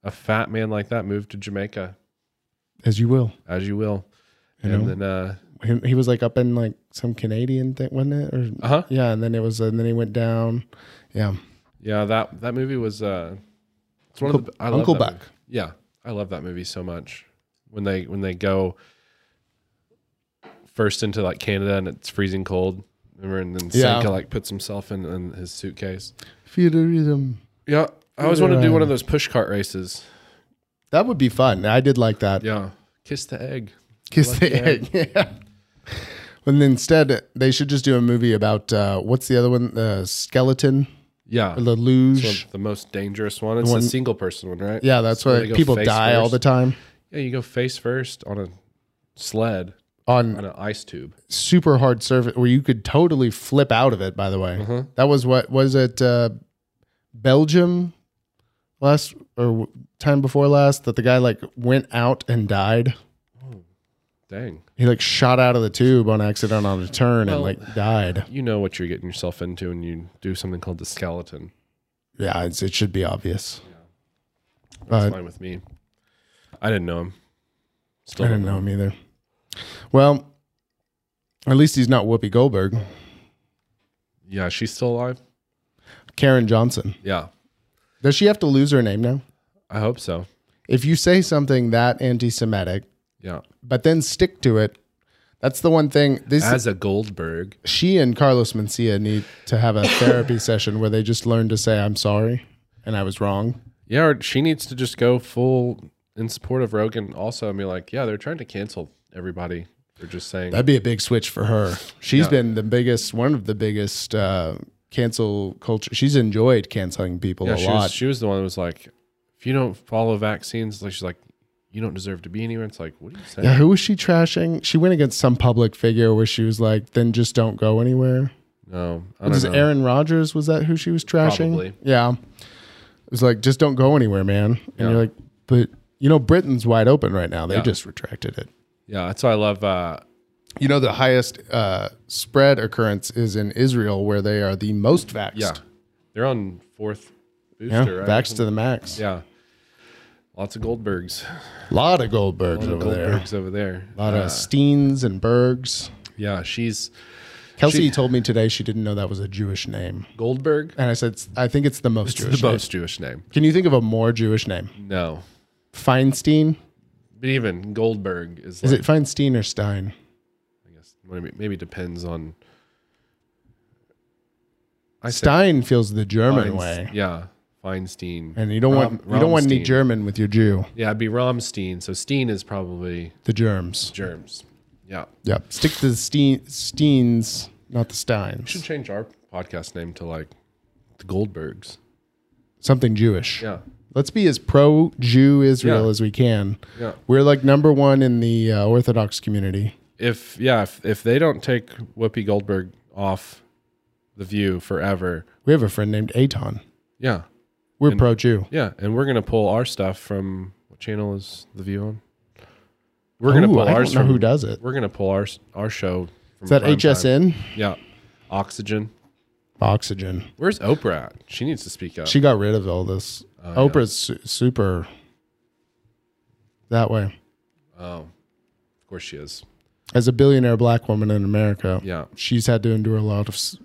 A: a fat man like that moved to Jamaica,
B: As you will.
A: as you will.
B: You
A: and
B: know?
A: then uh
B: He, he was like up in like some Canadian thing, wasn't it? Or
A: uh-huh.
B: yeah, and then it was, and then he went down. Yeah,
A: Yeah, that that movie was uh it's one
B: Uncle-
A: of the I love
B: Uncle
A: that
B: Buck.
A: movie. Yeah. I love that movie so much. When they when they go first into like Canada and it's freezing cold. Remember and then
B: Yeah.
A: Senka like puts himself in, in his suitcase.
B: feudalism.
A: Yeah. I always wanted to do one of those push cart races.
B: That would be fun. I did like that.
A: Yeah. Kiss the egg.
B: Kiss the egg. Yeah. And instead, they should just do a movie about uh, what's the other one? The skeleton,
A: Yeah.
B: the
A: Well,
B: luge.
A: the most dangerous one. It's
B: one-
A: the single person one, right?
B: Yeah, that's
A: So
B: why
A: they go
B: people
A: face
B: die all
A: first.
B: the time
A: Yeah, you go face first on a sled
B: on
A: on an ice tube.
B: super hard surface where you could totally flip out of it. By the way,
A: Mm-hmm.
B: that was what was it? Uh, Belgium last or w- time before last that the guy like went out and died.
A: Dang.
B: He like shot out of the tube on accident on a turn
A: Well-
B: and like died.
A: You know what you're getting yourself into when you do something called the skeleton.
B: Yeah, it's, it should be obvious.
A: That's
B: But-
A: fine with me. I didn't know him. Still
B: I didn't know him either. Well, at least he's not Whoopi Goldberg.
A: Yeah, she's still alive.
B: Karen Johnson.
A: Yeah,
B: Does she have to lose her name now?
A: I hope so.
B: If you say something that anti Semitic,
A: Yeah,
B: but then stick to it, that's the one thing. This
A: as a Goldberg.
B: she and Carlos Mencia need to have a therapy session where they just learn to say I'm sorry and I was wrong.
A: Yeah, or she needs to just go full in support of Rogan. Also, and be like, yeah, they're trying to cancel everybody. They're just saying
B: That'd be a big switch for her. She's been the biggest, one of the biggest uh, cancel culture. She's enjoyed canceling people
A: Yeah,
B: a
A: she
B: lot.
A: was she was the one that was like, if you don't follow vaccines, like she's like, you don't deserve to be anywhere. It's like, what are you saying?
B: Yeah, who was she trashing? She went against some public figure where she was like, "Then just don't go anywhere."
A: No, I
B: Was
A: don't
B: it
A: know.
B: Aaron Rodgers? Was that who she was trashing?
A: Probably.
B: Yeah, it was like, "Just don't go anywhere, man." And you're like, "But you know, Britain's wide open right now. They
A: Yeah.
B: just retracted it."
A: yeah, that's why I love. Uh,
B: You know, the highest uh, spread occurrence is in Israel, where they are the most vaxxed.
A: yeah, they're on fourth booster.
B: yeah,
A: right?
B: vaxxed to the max.
A: Yeah, lots of Goldbergs.
B: A lot of Goldbergs over there.
A: Goldbergs over there. Uh,
B: A lot of Steens and Bergs.
A: Yeah, she's
B: Kelsey
A: she-
B: told me today she didn't know that was a Jewish name,
A: Goldberg.
B: and I said, "I think it's the most Jewish."
A: the
B: name."
A: most Jewish name.
B: Can you think of a more Jewish name?
A: No,
B: Feinstein?
A: but even Goldberg is.
B: Is
A: like,
B: it Feinstein or Stein?
A: I guess maybe, maybe depends on. I say
B: Stein feels the German
A: Feinst-
B: way,
A: Yeah, Feinstein.
B: and you don't want
A: Rom-
B: you don't want any
A: Rammstein.
B: German with your Jew.
A: Yeah, it'd be Romstein. So Steen is probably
B: The germs.
A: germs. Yeah.
B: Yep. Stick to the Steen, Steens, not the
A: We should
B: Steins.
A: change our podcast name to like the Goldbergs.
B: Something Jewish.
A: Yeah.
B: Let's be as pro Jew Israel
A: Yeah.
B: as we can.
A: Yeah.
B: We're like number one in the uh, Orthodox community.
A: If yeah, if, if they don't take Whoopi Goldberg off the view forever,
B: We have a friend named Aton.
A: yeah.
B: We're pro Jew.
A: Yeah. And we're gonna pull our stuff from what channel is the view on? We're gonna
B: Ooh,
A: pull
B: I don't
A: ours
B: know
A: from
B: who does it.
A: We're gonna pull our our show from
B: Is that
A: prime time.
B: HSN?
A: Yeah. Oxygen.
B: Oxygen.
A: Where's Oprah at? She needs to speak up.
B: She got rid of all this.
A: Oh,
B: Oprah's su- super that way.
A: of course she is.
B: as a billionaire black woman in America,
A: Yeah.
B: she's had to endure a lot of. s-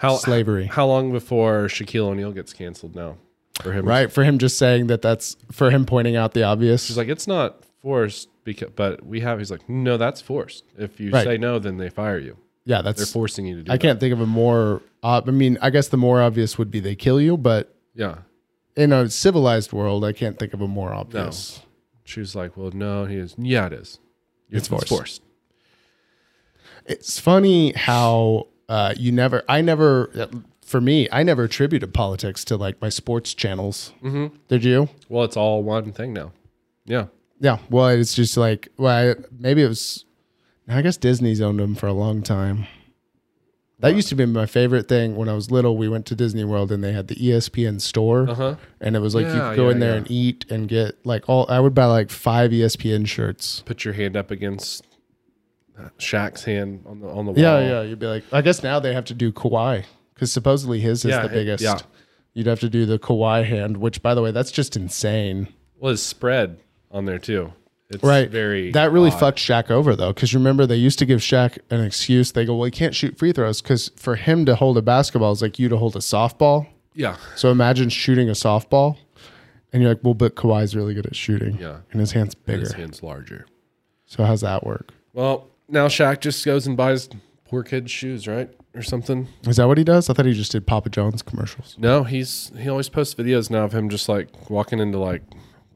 A: How
B: Slavery.
A: How long before Shaquille O'Neal gets canceled now? For him,
B: Right for him, just saying that that's for him pointing out the obvious.
A: He's like, it's not forced because, but we have. He's like, no, that's forced. If you
B: Right.
A: say no, then they fire you.
B: yeah,
A: They're
B: that's.
A: forcing you to do.
B: I
A: that.
B: can't think of a more. ob I mean, I guess the more obvious would be they kill you, but
A: Yeah.
B: in a civilized world, I can't think of a more obvious.
A: She was like, well, no. He is. Yeah, it is.
B: It's forced.
A: forced.
B: It's funny how uh, you never. I never. uh, For me, I never attributed politics to like my sports channels. Mm-hmm. Did you?
A: Well, it's all one thing now. Yeah.
B: Yeah. Well, it's just like well, I, maybe it was. I guess Disney's owned them for a long time. That used to be my favorite thing when I was little. We went to Disney World and they had the E ESPN store, and it was like you
A: Yeah,
B: could go
A: yeah,
B: in there
A: yeah.
B: and eat and get like all. I would buy like five E ESPN shirts.
A: Put your hand up against Shaq's hand on the on the wall.
B: Yeah, yeah. You'd be like, I guess now they have to do Kawhi because supposedly his is
A: Yeah,
B: the
A: it-
B: biggest.
A: yeah.
B: You'd have to do the Kawhi hand, which by the way, that's just insane.
A: Well, it's spread on there too. It's
B: Right.
A: Very.
B: that really
A: odd.
B: fucked Shaq over though, because remember they used to give Shaq an excuse. They go, well, he can't shoot free throws because for him to hold a basketball is like you to hold a softball.
A: Yeah.
B: So imagine shooting a softball, and you're like, well, but Kawhi's really good at shooting.
A: Yeah.
B: and his hand's bigger.
A: His hand's larger.
B: So how's that work?
A: Well, now Shaq just goes and buys poor kid's shoes, right, or something.
B: Is that what he does? I thought he just did Papa John's commercials.
A: No, he's he always posts videos now of him just like walking into like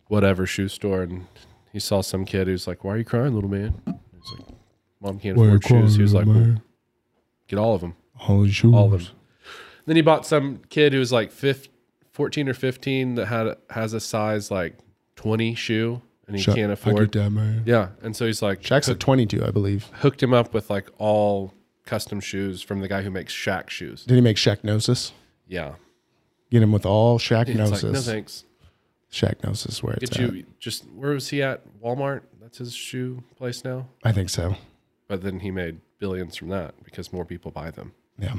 A: whatever shoe store and he saw some kid who's like, "Why are you crying, little man?" He's like, "Mom can't afford shoes." He was like, well, "Get all of them,
B: holy shoes.
A: all of them." Then he bought some kid who was like fif- 14 or 15 that had has a size like 20 shoe and he can't afford. Yeah, and so he's like
B: Shaq's at 22, I believe.
A: hooked him up with like all custom shoes from the guy who makes Shaq shoes.
B: Did he make Shaq Gnosis?
A: Yeah.
B: Get him with all Shaq
A: It's like, no
B: Gnosis.
A: thanks.
B: Shaq Gnosis, where it's
A: Get
B: at.
A: you just where was he at? Walmart. That's his shoe place now.
B: I think so.
A: But then he made billions from that because more people buy them.
B: Yeah.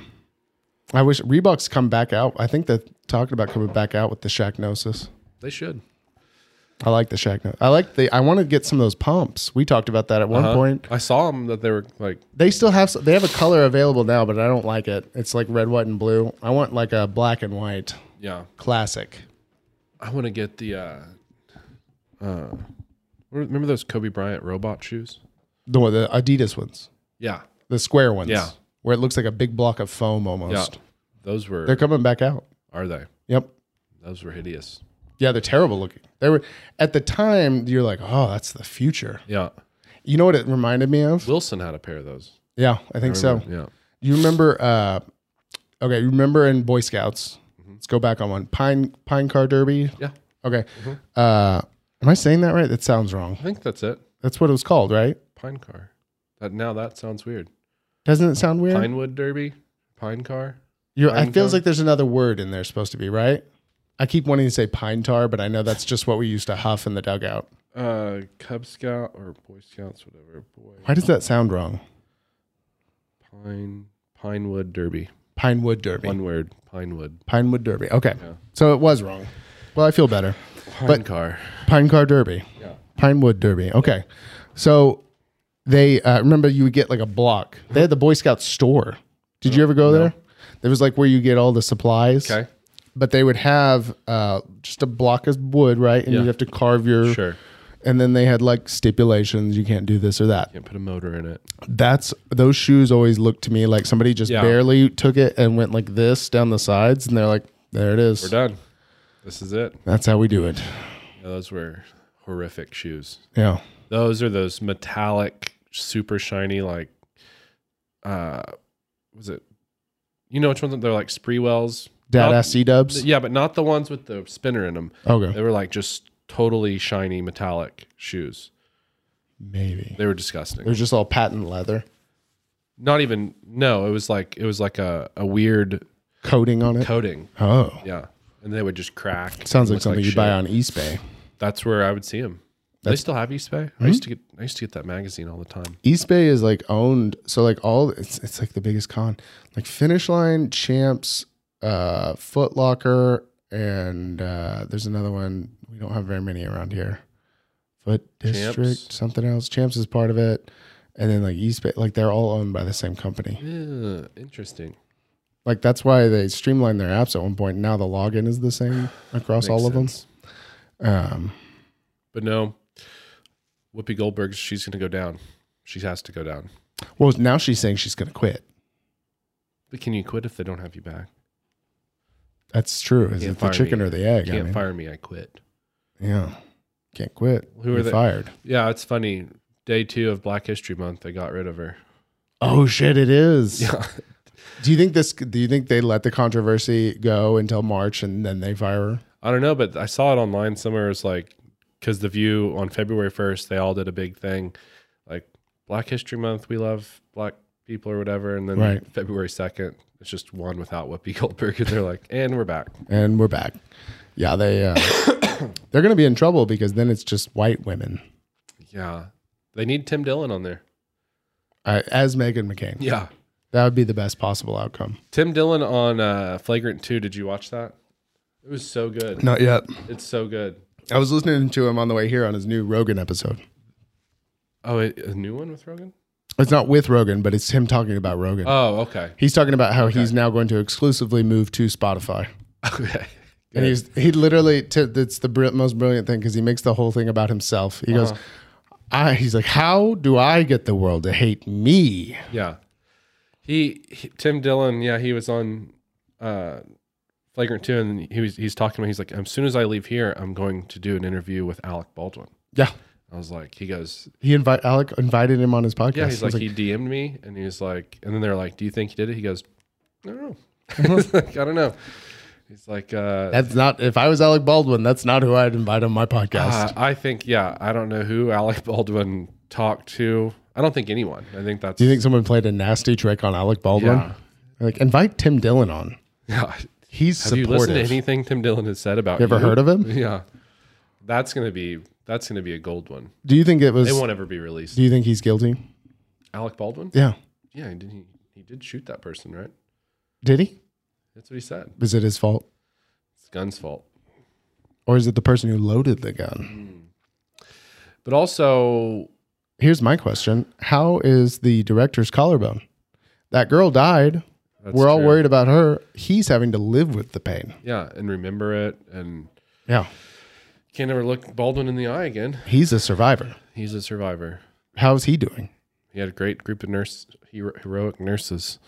B: I wish Reebok's come back out. I think they're talking about coming back out with the Shaq Gnosis.
A: They should.
B: I like the Shaq Gnosis. I like the, I want to get some of those pumps. We talked about that at one
A: Huh?
B: point.
A: I saw them that they were like
B: They still have, they have a color available now, but I don't like it. It's like red, white, and blue. I want like a black and white
A: yeah.
B: classic.
A: I want to get the uh, uh, remember those Kobe Bryant robot shoes?
B: The, one- the Adidas ones,
A: Yeah,
B: the square ones.
A: Yeah.
B: Where it looks like a big block of foam
A: yeah.
B: almost.
A: Those were
B: They're coming back out.
A: are they?
B: Yep.
A: Those were hideous.
B: Yeah, they're terrible looking. They were at the time. You're like, oh, that's the future.
A: Yeah.
B: You know what it reminded me of?
A: Wilson had a pair of those.
B: Yeah, I think so.
A: Yeah.
B: You remember? Uh, okay, you remember in Boy Scouts?
A: Mm-hmm.
B: Let's go back on one. Pine Pine Car Derby.
A: Yeah.
B: Okay.
A: Mm-hmm.
B: Uh, am I saying that right? That sounds wrong.
A: I think that's it.
B: That's what it was called, right?
A: Pine car. That now that sounds weird.
B: Doesn't it sound weird?
A: Pinewood Derby. Pine car.
B: You're,
A: Pine
B: it feels
A: Tar?
B: like there's another word in there supposed to be right. I keep wanting to say pine tar, but I know that's just what we used to huff in the dugout.
A: uh Cub Scout or Boy Scouts, whatever. Boy
B: Why does that sound wrong?
A: Pine Pinewood Derby.
B: Pinewood Derby.
A: One word. Pinewood.
B: Pinewood Derby. Okay. So it was wrong. Well, I feel better.
A: Pine
B: But-
A: car.
B: Pine Car Derby.
A: Yeah.
B: Pinewood Derby. Okay. So they uh, remember you would get like a block. They had the Boy Scout store. Did you ever go there? It was like where you get all the supplies.
A: Okay.
B: But they would have uh, just a block of wood, right? And
A: Yeah.
B: you'd have to carve your.
A: Sure.
B: And then they had like stipulations. You can't do this or that.
A: Can't put a motor in it.
B: That's those shoes always look to me like somebody just
A: Yeah.
B: barely took it and went like this down the sides, and they're like, "There it is.
A: We're done. This is it.
B: That's how we do it."
A: Yeah, those were horrific shoes.
B: Yeah.
A: Those are those metallic, super shiny, like uh was it you know which ones they're like Spreewells?
B: Dad
A: Not-
B: ass Uh-huh. C dubs.
A: Yeah, but not the ones with the spinner in them.
B: Okay.
A: They were like just totally shiny metallic shoes.
B: Maybe.
A: They were disgusting.
B: It was just all patent leather
A: not even no it was like it was like a, a weird
B: coating on it.
A: coating
B: oh.
A: yeah and they would just crack
B: Sounds
A: It
B: like
A: looked
B: something you buy
A: shit.
B: on East Bay.
A: that's where i would see them they still have east bay
B: Hmm?
A: i used to get i used to get that magazine all the time
B: East Bay is like owned, so like all it's it's like the biggest con. Like Finish Line, Champs, uh Foot Locker, and uh there's another one. We don't have very many around here. Foot District, something else. Champs is part of it. and then like eSpace, like they're all owned by the same company.
A: Yeah, interesting.
B: Like that's why they streamlined their apps at one point. Now the login is the same across all of them. Um,
A: But no, Whoopi Goldberg, she's going to go down. She has to go down.
B: well, now she's saying she's going to quit.
A: But can you quit if they don't have you back?
B: That's true.
A: Can't
B: Is it the
A: fire
B: chicken
A: me.
B: or the egg?
A: Can't
B: I mean,
A: fire me. I quit.
B: yeah, can't quit.
A: Who are
B: You're
A: they-
B: fired?
A: Yeah, it's funny. Day two of Black History Month, they got rid of her.
B: Oh shit! It is. Do you think this? Do you think they let the controversy go until March and then they fire her?
A: I don't know, but I saw it online somewhere. It's like because the View on February first, they all did a big thing, like Black History Month. We love black people or whatever, and then
B: Right.
A: February second, it's just one without Whoopi Goldberg, and they're like, and we're back.
B: And we're back. Yeah, they uh, they're going to be in trouble because then it's just white women
A: Yeah, they need Tim Dillon on there.
B: uh, as Megan McCain.
A: Yeah,
B: That would be the best possible outcome.
A: Tim Dillon on uh, Flagrant Two. Did you watch that? It was so good.
B: Not yet.
A: It's so good.
B: I was listening to him on the way here on his new Rogan episode.
A: Oh, a- a new one with Rogan.
B: It's not with Rogan, but it's him talking about Rogan.
A: Oh, okay.
B: he's talking about how he's now going to exclusively move to Spotify.
A: Okay.
B: And he's he literally t- it's the br- most brilliant thing because he makes the whole thing about himself. He
A: Uh-huh.
B: goes, I he's like, how do I get the world to hate me?
A: Yeah. He, he- Tim Dillon, yeah, he was on uh Flagrant 2 and he was he's talking to me he's like as soon as I leave here I'm going to do an interview with Alec Baldwin.
B: Yeah,
A: I was like he goes
B: he invite Alec invited him on his podcast.
A: yeah, he's
B: I was
A: like, he DM'd me and he's like and then they're like do you think he did it? He goes I don't know. I was like, I don't know. He's like uh
B: Uh-huh. that's not if I was Alec Baldwin, that's not who I'd invite on my podcast.
A: uh, I think yeah, I don't know who Alec Baldwin talked to. I don't think anyone. I think that's
B: do you think someone played a nasty trick on Alec Baldwin?
A: Yeah.
B: Like invite Tim Dillon on.
A: yeah.
B: He's
A: Have you listened
B: supportive.
A: to anything Tim Dillon has said about
B: You ever
A: you?
B: heard of him?
A: Yeah, that's gonna be that's gonna be a gold one.
B: Do you think it was?
A: It won't ever be released.
B: do you think he's guilty?
A: Alec Baldwin?
B: Yeah.
A: Yeah, and did he? He did shoot that person, right?
B: Did he?
A: That's what he said.
B: Is it his fault,
A: It's gun's fault.
B: or is it the person who loaded the gun?
A: But also,
B: here's my question how is the director's collarbone that girl died
A: that's
B: we're all
A: true.
B: worried about her he's having to live with the pain
A: Yeah, and remember it, and
B: yeah
A: can't ever look Baldwin in the eye again.
B: he's a survivor
A: He's a survivor.
B: how's he doing
A: He had a great group of nurse hero, heroic nurses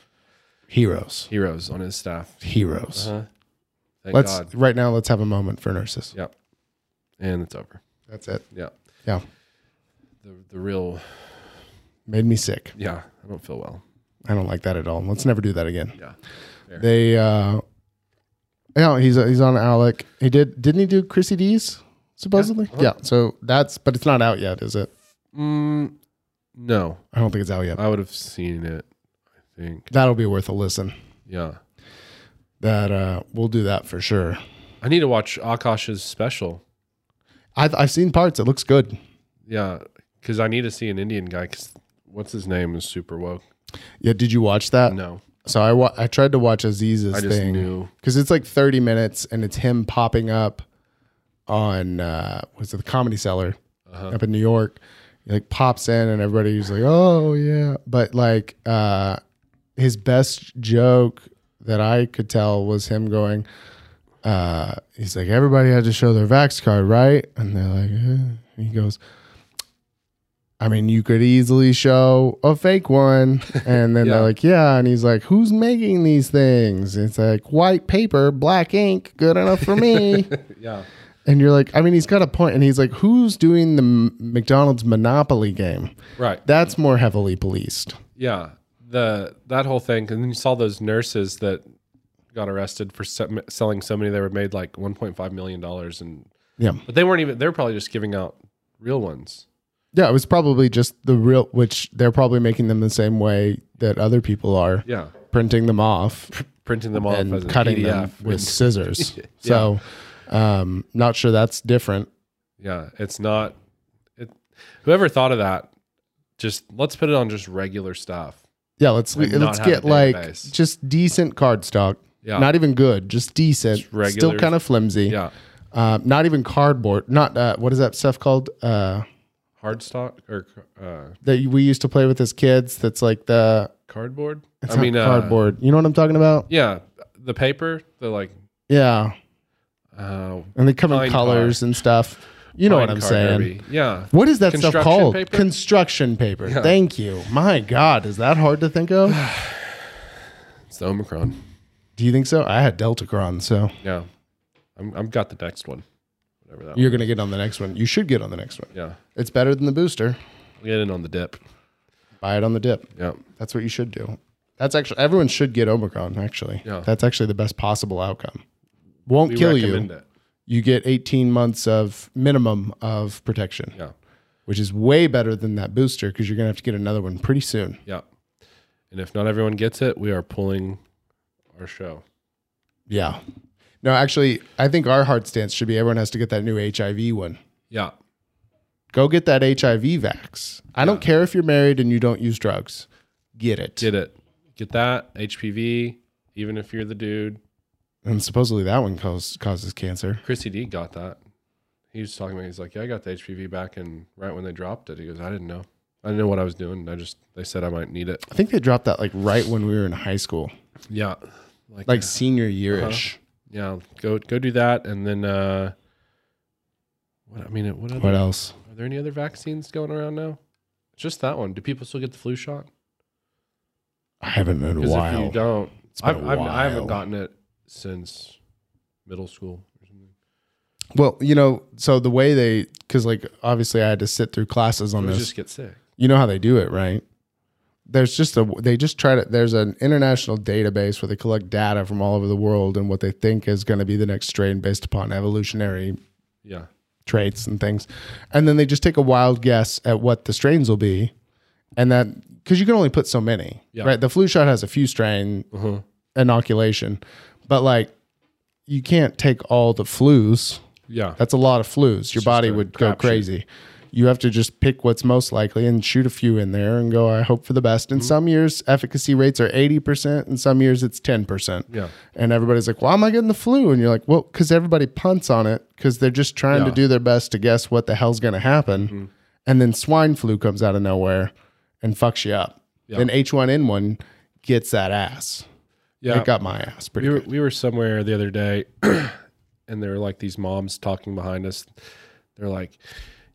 B: heroes
A: heroes on his staff.
B: heroes
A: Uh-huh. Thank
B: let's
A: God.
B: right now let's have a moment for nurses
A: Yep. And it's over.
B: that's it
A: Yeah.
B: yeah
A: The the real.
B: made me sick
A: Yeah, I don't feel well.
B: i don't like that at all let's never do that again
A: Yeah.
B: they uh yeah he's he's on alec he did didn't he do chrissy d's supposedly
A: Uh-huh.
B: yeah, so that's but it's not out yet is it
A: Mm, no,
B: i don't think it's out yet
A: I would have seen it. I think.
B: that'll be worth a listen
A: Yeah,
B: that uh, we'll do that for sure.
A: I need to watch Akash's special.
B: I've, I've seen parts. It looks good.
A: Yeah, because I need to see an Indian guy. Because what's his name is super woke.
B: Yeah, did you watch that?
A: No,
B: So I wa- I tried to watch Aziz's
A: I just
B: thing
A: knew.
B: because it's like thirty minutes and it's him popping up on uh, was it the Comedy Cellar
A: Uh-huh.
B: up in New York. He like pops in and everybody's like, oh yeah, but like uh, his best joke that I could tell was him going. Uh, he's like, everybody had to show their vax card, right? And they're like, eh. And he goes, I mean, you could easily show a fake one. And then
A: Yeah.
B: they're like, yeah. And he's like, who's making these things? It's like white paper, black ink, good enough for me.
A: Yeah,
B: and you're like, I mean, he's got a point. And he's like, who's doing the M- McDonald's Monopoly game?
A: right.
B: That's more heavily policed.
A: Yeah, the that whole thing, and then you saw those nurses that got arrested for se- selling so many. They were made like 1.5 million dollars, and
B: Yeah.
A: but they weren't even. They were probably just giving out real ones.
B: Yeah. It was probably just the real, which they're probably making them the same way that other people are.
A: Yeah,
B: Printing them off
A: printing them off as
B: and
A: a
B: cutting them
A: PDF.
B: with scissors. So, um, not sure that's different.
A: Yeah, it's not. It, whoever thought of that, just let's put it on just regular stuff.
B: Yeah, let's
A: Like, not
B: let's
A: have a
B: get like
A: database.
B: just decent card stock.
A: Yeah.
B: Not even good, just decent.
A: regular-
B: Still kind of flimsy.
A: Yeah,
B: Uh, not even cardboard. Not uh, what is that stuff called? Uh,
A: hard stock or uh,
B: that we used to play with as kids. That's like the
A: cardboard.
B: it's not
A: uh,
B: cardboard. You know what I'm talking about?
A: Yeah, the paper. The like.
B: Yeah,
A: Uh,
B: and they come
A: Pine
B: in colors and stuff. You know what
A: pine
B: I'm
A: car
B: saying?
A: derby. Yeah.
B: What is that stuff
A: Construction
B: called?
A: paper?
B: Construction paper. Thank you. My God, is that hard to think of?
A: It's the Omicron.
B: Do you think so? I had Deltacron, so
A: Yeah. I'm I've got the next one. Whatever that.
B: you're gonna get on the next one. You should get on the next one.
A: One. Yeah.
B: It's better than the booster.
A: Get in on the dip.
B: Buy it on the dip.
A: Yeah.
B: That's what you should do. That's actually everyone should get Omicron. Actually,
A: Yeah.
B: that's actually the best possible outcome. Won't kill you.
A: it.
B: You get 18 months of minimum of protection,
A: Yeah.
B: which is way better than that booster because you're gonna have to get another one pretty soon.
A: Yeah. And if not everyone gets it, we are pulling our show.
B: Yeah. No, actually, I think our hard stance should be everyone has to get that new HIV one.
A: Yeah.
B: Go get that HIV vax. I don't care if you're married and you don't use drugs. Get it.
A: Get it. Get that HPV. Even if you're the dude,
B: And supposedly that one cause, causes cancer.
A: Chrissy D got that. He was talking about. He's like, yeah, I got the HPV back, and right when they dropped it, he goes, I didn't know. I didn't know what I was doing. I just they said I might need it.
B: I think they dropped that like right when we were in high school,
A: Yeah.
B: like senior yearish.
A: yeah, go go do that, and then uh, what I mean, what, other,
B: What else?
A: are there any other vaccines going around now? It's just that one. Do people still get the flu shot?
B: I haven't in a
A: Because if
B: while.
A: you don't,
B: been
A: I've,
B: a
A: I've, I haven't
B: while.
A: gotten it since middle school. or something.
B: well, you know, so the way they, because like obviously I had to sit through classes on
A: I
B: this.
A: just get sick.
B: you know how they do it, right? There's just a they just try to there's an international database where they collect data from all over the world and what they think is going to be the next strain based upon evolutionary
A: Yeah,
B: traits and things. And then they just take a wild guess at what the strains will be. And that cuz you can only put so many,
A: Yeah.
B: right? The flu shot has a few strain inoculation. But like you can't take all the flus.
A: yeah,
B: That's a lot of flus. Your body
A: a
B: would go
A: crapshoot.
B: crazy. You have to just pick what's most likely and shoot a few in there and go, I hope for the best.
A: Mm-hmm.
B: And some years, efficacy rates are 80%, and some years it's 10%.
A: Yeah.
B: And everybody's like, why am I getting the flu? And you're like, well, because everybody punts on it because they're just trying to
A: Yeah. Mm-hmm.
B: do their best to guess what the hell's going to happen. And then swine flu comes out of nowhere and fucks you up. Then H1N1 gets that ass.
A: yeah.
B: It got my ass pretty
A: we were
B: good.
A: we were somewhere the other day, and there were like these moms talking behind us. They're like,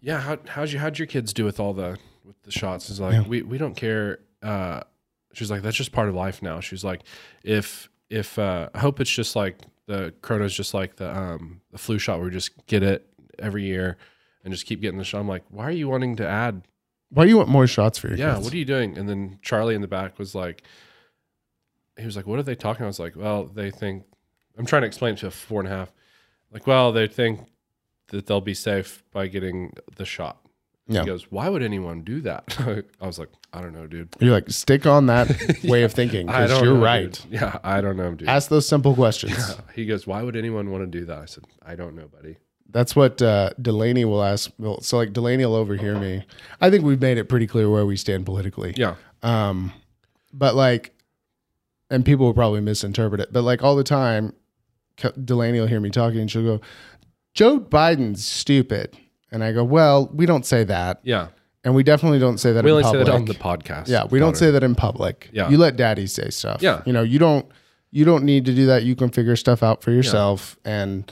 A: "Yeah, how, how's your how'd your kids do with all the with the shots?" Is like, we we don't care. Uh, she's like, that's just part of life now. She's like, if if uh, I hope it's just like the corona's just like the um the flu shot where we just get it every year and just keep getting the shot. I'm like, why are you wanting to add
B: Why do you want more shots for your
A: yeah
B: kids?
A: what are you doing and then charlie in the back was like he was like what are they talking i was like well they think i'm trying to explain it to a four and a half like well they think that they'll be safe by getting the shot
B: Yeah.
A: he goes why would anyone do that i was like i don't know dude
B: You're like, stick on that way of thinking
A: I
B: because
A: don't
B: you're
A: know,
B: right.
A: dude. yeah i don't know dude
B: Ask those simple questions.
A: he goes why would anyone want to do that i said i don't know buddy
B: That's what uh, Delaney will ask. Well, so, like, Delaney will overhear me. I think we've made it pretty clear where we stand politically.
A: yeah
B: Um, but, like, and people will probably misinterpret it, but, like, all the time, Ke- Delaney will hear me talking and she'll go, Joe Biden's stupid. And I go, well, we don't say that.
A: yeah
B: And we definitely don't say that
A: we
B: in
A: only say
B: public.
A: that on the podcast
B: Yeah, we don't
A: Connor.
B: say that in public.
A: Yeah.
B: You let daddy say stuff.
A: Yeah.
B: You know, you don't you don't need to do that. You can figure stuff out for yourself and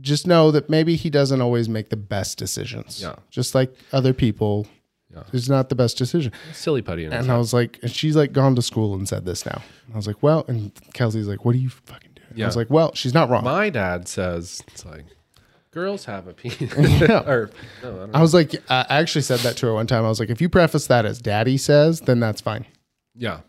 B: just know that maybe he doesn't always make the best decisions.
A: Yeah.
B: Just like other people. Yeah. It's not the best decision.
A: silly putty in his
B: And I was like, and she's like gone to school and said this now. And I was like, well, and Kelsey's like, what are you fucking doing? I
A: Yeah.
B: was like, well, she's not wrong.
A: my dad says it's like girls have a penis or no, I don't know.
B: I was like, I I actually said that to her one time. I was like, if you preface that as daddy says, then that's fine.
A: yeah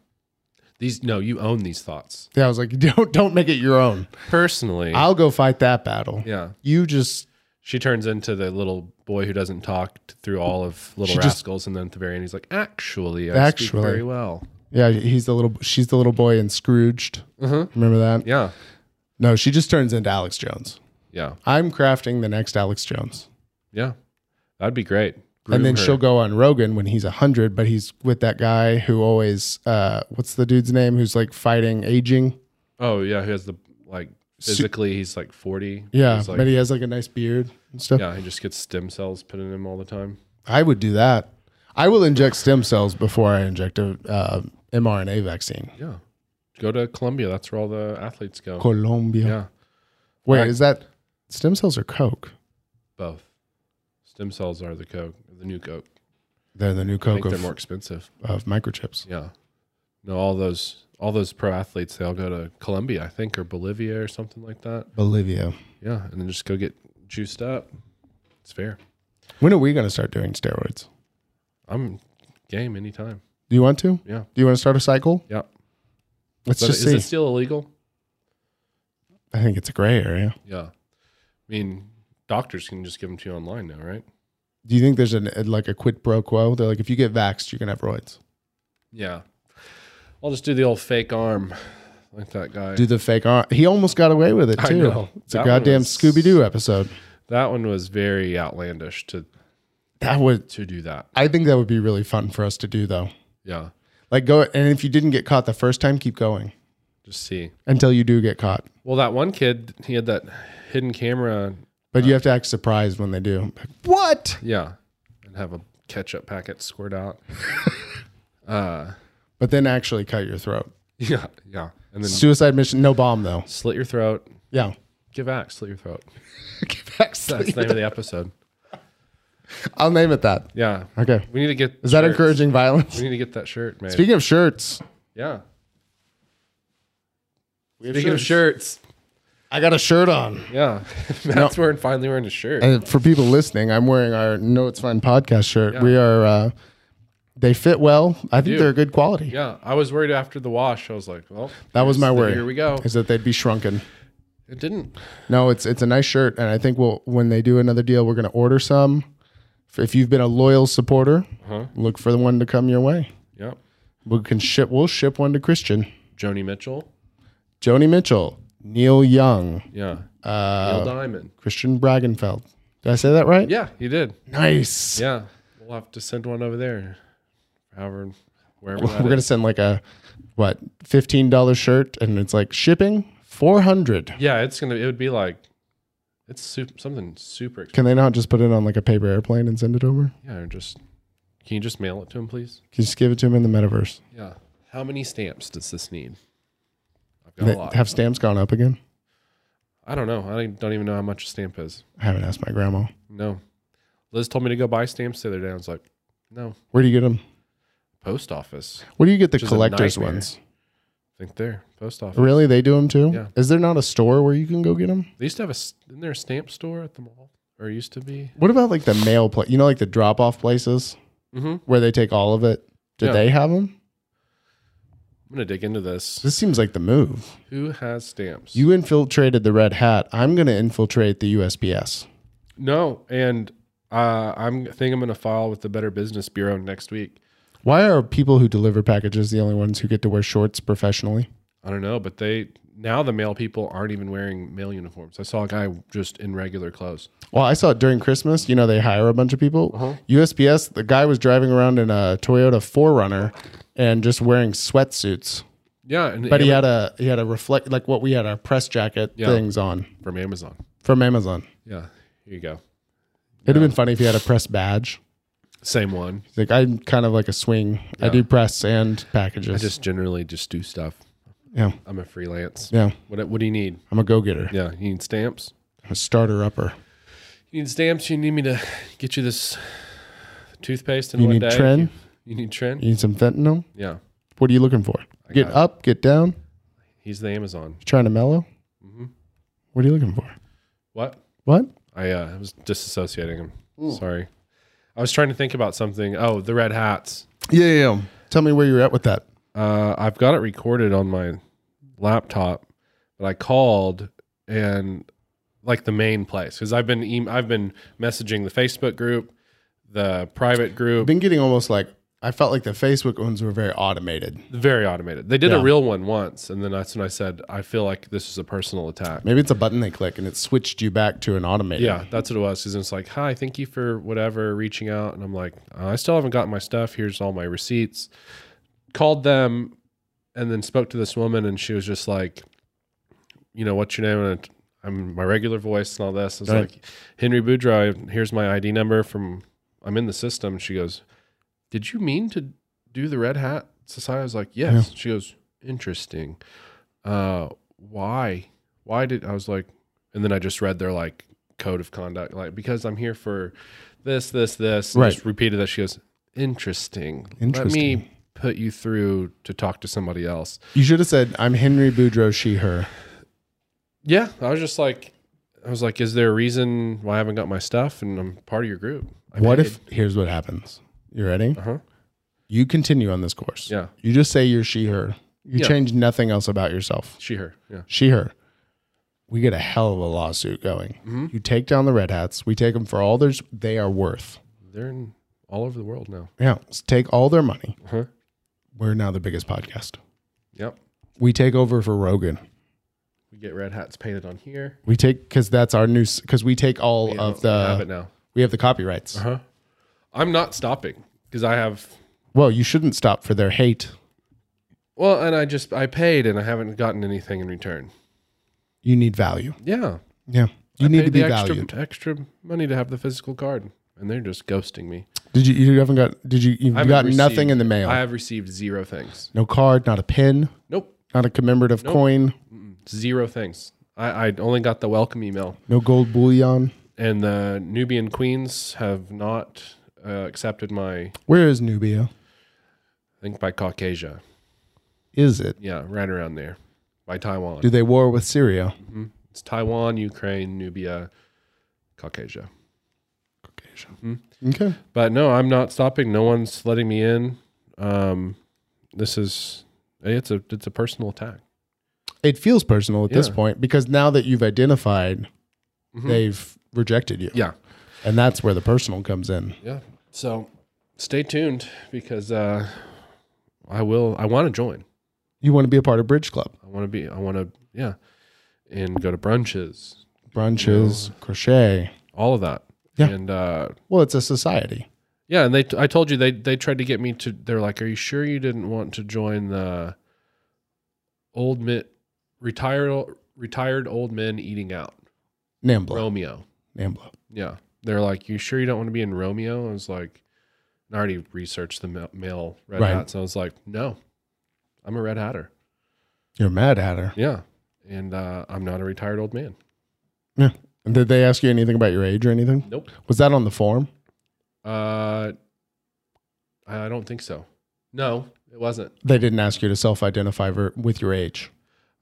A: these no you own these thoughts
B: Yeah, I was like, don't don't make it your own.
A: personally
B: I'll go fight that battle.
A: yeah
B: You just
A: she turns into the little boy who doesn't talk t- through all of little
B: She just-
A: rascals and then at the very end he's like actually i
B: Actually.
A: speak very well
B: yeah, he's the little she's the little boy in Scrooged.
A: Mm-hmm.
B: Remember that?
A: yeah
B: No, she just turns into Alex Jones.
A: yeah
B: I'm crafting the next Alex Jones.
A: yeah that'd be great Groom
B: and then
A: her.
B: she'll go on Rogan when he's 100, but he's with that guy who always uh what's the dude's name who's like fighting aging?
A: oh yeah who has the like physically he's like 40
B: Yeah,
A: He's like-
B: but he has like a nice beard and stuff.
A: yeah he just gets stem cells put in him all the time
B: I would do that. I will inject stem cells before I inject a uh, mRNA vaccine.
A: Yeah. Go to Columbia. That's where all the athletes go.
B: Colombia.
A: Yeah.
B: Wait,
A: Right.
B: is that stem cells or Coke?
A: Both. Stem cells are the Coke, the new Coke.
B: They're the new
A: I
B: Coke
A: think they're
B: of,
A: more expensive.
B: of microchips.
A: Yeah. No, all those all those pro athletes, they all go to Colombia, I think, or Bolivia or something like that.
B: Bolivia.
A: Yeah, and then just go get juiced up. It's fair.
B: When are we going to start doing steroids?
A: I'm game anytime.
B: Do you want to?
A: Yeah.
B: Do you want to start a cycle?
A: Yeah.
B: Let's
A: But
B: just
A: is
B: see.
A: it still illegal?
B: I think it's a gray area.
A: Yeah. I mean, doctors can just give them to you online now, right?
B: Do you think there's an like a quid pro quo? They're like, if you get vaxxed, you can have roids.
A: Yeah. I'll just do the old fake arm like that guy.
B: Do the fake arm. He almost got away with it
A: I
B: too.
A: know.
B: It's a
A: That one
B: goddamn
A: was-
B: Scooby Doo episode.
A: that one was very outlandish to
B: That would.
A: to do that.
B: I think that would be really fun for us to do though.
A: Yeah.
B: Like go and if you didn't get caught the first time, keep going
A: Just see.
B: until you do get caught.
A: Well, that one kid, he had that hidden camera.
B: But you have to act surprised when they do. Like, what?
A: Yeah. And have a ketchup packet squirt out.
B: But then actually cut your throat.
A: Yeah. Yeah. And then
B: Suicide mission. No bomb though.
A: slit your throat.
B: Yeah.
A: Give axe, slit your throat.
B: Get back
A: That's the name of the episode.
B: I'll name it that.
A: Yeah.
B: Okay.
A: We need to get.
B: Is that
A: shirts.
B: encouraging violence?
A: We need to get that shirt, man.
B: Speaking of shirts,
A: yeah.
B: we have
A: Speaking of shirts.
B: I got a shirt on.
A: Yeah. Matt's wearing finally wearing a shirt.
B: And for people listening, I'm wearing our No It's Fine podcast shirt. We are, uh, they fit well. I think
A: do.
B: they're good quality.
A: yeah. I was worried after the wash. I was like, well,
B: That was
A: here's
B: my
A: the-
B: worry.
A: Here we go.
B: Is that they'd be shrunken.
A: It didn't.
B: No, it's it's a nice shirt, and I think we'll when they do another deal, we're going to order some. If you've been a loyal supporter,
A: Uh-huh.
B: look for the one to come your way.
A: Yep.
B: We can ship. We'll ship one to Christian,
A: Joni Mitchell.
B: Joni Mitchell, Neil Young,
A: Yeah. Uh, Neil Diamond.
B: Christian Bragenfeld. Did I say that right?
A: Yeah, you did.
B: Nice.
A: Yeah, we'll have to send one over there. However, wherever that
B: we're gonna
A: is.
B: send like a what fifteen dollar shirt, and it's like shipping four hundred.
A: Yeah, it's gonna. It would be like it's super, something super. Expensive.
B: Can they not just put it on like a paper airplane and send it over?
A: Yeah, or just can you just mail it to him, please?
B: Can you just give it to them in the metaverse?
A: Yeah. How many stamps does this need? I've got
B: They-
A: a lot.
B: have stamps gone up again?
A: I don't know. I don't even know how much a stamp is.
B: I haven't asked my grandma.
A: No. Liz told me to go buy stamps the other day. I was like, no,
B: Where do you get them?
A: post office.
B: Where do you get the
A: Which is a
B: collectors
A: nightmare.
B: ones?
A: I think there, post office.
B: Really, they do them too.
A: Yeah.
B: Is there not a store where you can go get them?
A: They used to have a. s- Isn't there a stamp store at the mall? Or used to be?
B: What about like the mail place? You know, like the drop off places
A: Mhm.
B: where they take all of it. Do
A: Yeah.
B: they have them?
A: I'm gonna dig into this.
B: This seems like the move.
A: Who has stamps?
B: You infiltrated the red hat. I'm gonna infiltrate the USPS.
A: No, and uh, I'm I think I'm going to file with the Better Business Bureau next week.
B: Why are people who deliver packages the only ones who get to wear shorts professionally?
A: I don't know, but they now the mail people aren't even wearing mail uniforms. I saw a guy just in regular clothes.
B: Well, I saw it during Christmas. You know, they hire a bunch of people.
A: Uh-huh.
B: USPS, the guy was driving around in a Toyota 4Runner and just wearing sweatsuits.
A: Yeah, and
B: But he
A: Ama-
B: had a he had a reflect like what we had our press jacket things on
A: from Amazon.
B: from Amazon.
A: Yeah, here you go.
B: It'd have been funny if he had a press badge.
A: Same one.
B: He's like I'm kind of like a swing. I do press and packages.
A: I just generally just do stuff.
B: yeah
A: I'm a freelance.
B: yeah.
A: What What do you need?
B: I'm a go getter.
A: Yeah, you need stamps.
B: I'm a starter upper.
A: You need stamps. You need me to get you this toothpaste in
B: You
A: one
B: need
A: day.
B: Tren?
A: You, you need Tren.
B: You need some fentanyl?
A: Yeah,
B: What are you looking for? Get
A: got it.
B: up, get down.
A: he's the Amazon.
B: trying to mellow? Mm-hmm. What are you looking for?
A: What?
B: What?
A: I uh, was disassociating them.
B: Hmm.
A: Sorry. I was trying to think about something. Oh, the red hats.
B: Yeah, yeah, yeah. Tell me where you're at with that.
A: Uh, I've got it recorded on my laptop, but I called and like the main place because I've been em- I've been messaging the Facebook group, the private
B: I've
A: group,
B: been getting almost like I felt like the Facebook ones were very automated.
A: very automated. They did a
B: Yeah.
A: real one once, and then that's when I said I feel like this is a personal attack.
B: Maybe it's a button they click and it switched you back to an automated.
A: Yeah, that's what it was. Because it's like, hi, thank you for whatever reaching out, and I'm like, uh, I still haven't gotten my stuff. Here's all my receipts. Called them, and then spoke to this woman, and she was just like, you know, what's your name? And I'm my regular voice and all this. It's
B: Right.
A: like Henry Boudreaux. Here's my ID number from I'm in the system. She goes, Did you mean to do the red hat society? I was like, Yes. She goes, Interesting. Uh, why? Why did I was like, and then I just read their like code of conduct, like, because I'm here for this, this, this. and
B: Right.
A: Just repeated that. She goes, Interesting. Let
B: Interesting.
A: me put you through to talk to somebody else.
B: You should have said, "I'm Henry Boudreaux, she her."
A: Yeah, I was just like, I was like, is there a reason why I haven't got my stuff and I'm part of your group? I
B: what
A: paid.
B: if? Here's what happens. You ready?
A: Uh-huh.
B: You continue on this course.
A: Yeah.
B: You just say you're she her. You
A: Yeah.
B: change nothing else about yourself.
A: she her? Yeah,
B: She her. We get a hell of a lawsuit going. You take down the red hats. We take them for all their they are worth.
A: they're in all over the world now.
B: Yeah. Let's take all their money.
A: Uh-huh.
B: We're now the biggest podcast.
A: Yep,
B: We take over for Rogan.
A: we get red hats painted on here.
B: We take because that's our new because we take all
A: You know,
B: of the
A: we have it now. Uh-huh.
B: we have the copyrights.
A: I'm not stopping because I have.
B: Well, you shouldn't stop for their hate.
A: Well, and I just I paid and I haven't gotten anything in return.
B: You need value.
A: Yeah,
B: Yeah.
A: I
B: You need
A: paid
B: to be
A: the extra,
B: valued.
A: Extra money to have the physical card, and they're just ghosting me.
B: Did you you haven't got did you you've
A: I haven't
B: got
A: received-
B: nothing in the mail.
A: I have received zero things.
B: no card, not a pin,
A: Nope,
B: not a commemorative coin,
A: zero things. I, I only got the welcome email.
B: no gold bullion.
A: and the Nubian queens have not uh, accepted my, I
B: Where is Nubia?
A: think by Caucasia.
B: Is it?
A: Yeah, right around there by Taiwan.
B: Do they war with Syria?
A: Mm-hmm. It's Taiwan, Ukraine, Nubia, Caucasia. Mm-hmm.
B: Okay.
A: But no, I'm not stopping. No one's letting me in. Um, this is it's a it's a personal attack.
B: It feels personal at this
A: Yeah. Mm-hmm.
B: point because now that you've identified, they've rejected you.
A: Yeah,
B: And that's where the personal comes in.
A: yeah. So stay tuned because uh, I will. I want to join.
B: You want to be a part of Bridge Club,
A: I want to be. I want to. Yeah, and go to brunches.
B: brunches, crochet.
A: All of that.
B: Yeah.
A: And uh,
B: Well, it's a society.
A: Yeah, and they I told you they they tried to get me to they're like, "Are you sure you didn't want to join the old men retired retired old men eating out
B: Nambla.
A: Romeo?"
B: Nambla.
A: Yeah. They're like, "You sure you don't want to be in Romeo?" I was like, I already researched the ma- male red
B: Right.
A: hats. And I was like, "No. I'm a red hatter."
B: You're mad at her.
A: Yeah. And uh, I'm not a retired old man.
B: Yeah. And did they ask you anything about your age or anything?
A: Nope.
B: Was that on the form?
A: Uh I I don't think so. No, it wasn't.
B: They didn't ask you to self identify with your age.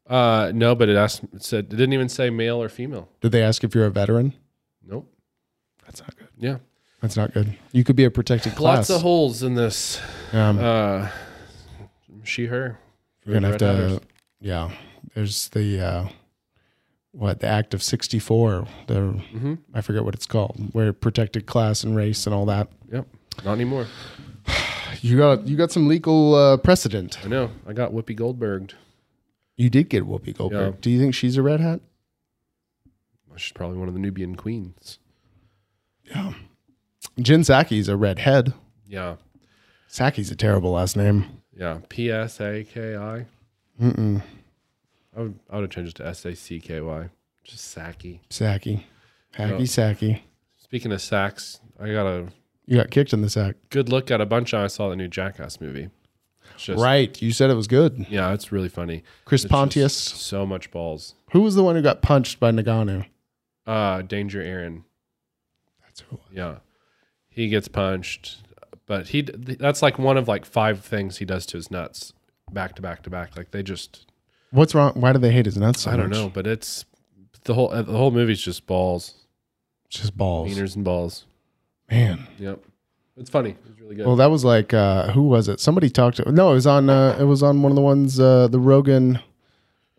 A: Uh no, but it asked it said it didn't even say male or female.
B: Did they ask if you're a veteran?
A: Nope.
B: That's not good.
A: Yeah.
B: That's not good. You could be a protected
A: Lots
B: class.
A: of holes in this.
B: um,
A: Uh, she, her.
B: You're gonna have
A: Red
B: to,
A: Hatters.
B: yeah. There's the uh, what the Act of '64. The
A: Mm-hmm.
B: I forget what it's called, where protected class and race and all that.
A: Yep. Not anymore.
B: You got you got some legal uh, precedent.
A: I know. I got Whoopi Goldberged.
B: You did get Whoopi Goldberg.
A: Yeah.
B: Do you think she's a red hat?
A: She's probably one of the Nubian queens.
B: Jen Saki's a redhead.
A: Yeah.
B: Saki's a terrible last name.
A: Yeah. P S A K I. Mm mm. I would, I would have changed it to S A C K Y. Just Sacky.
B: Saki, hacky
A: Yeah.
B: Saki.
A: Speaking of sacks, I got a
B: You got kicked in the sack,
A: good look at a bunch I saw the new Jackass movie. It's just,
B: right? You said it was good.
A: Yeah, it's really funny.
B: Chris
A: It's
B: Pontius.
A: just So much balls.
B: Who was the one who got punched by Nagano?
A: Uh, Danger Aaron.
B: That's who. it was.
A: Yeah. He gets punched, but he that's like one of like five things he does to his nuts back to back to back. Like they just
B: What's wrong? Why do they hate his nuts so
A: I don't
B: much?
A: know, but it's the whole uh, the whole movie's just balls,
B: It's just balls.
A: wieners and balls.
B: Man.
A: Yep. It's funny. It's really good.
B: Well, that was like uh, who was it? Somebody talked to. No, it was on. Uh, it was on one of the ones uh, the Rogan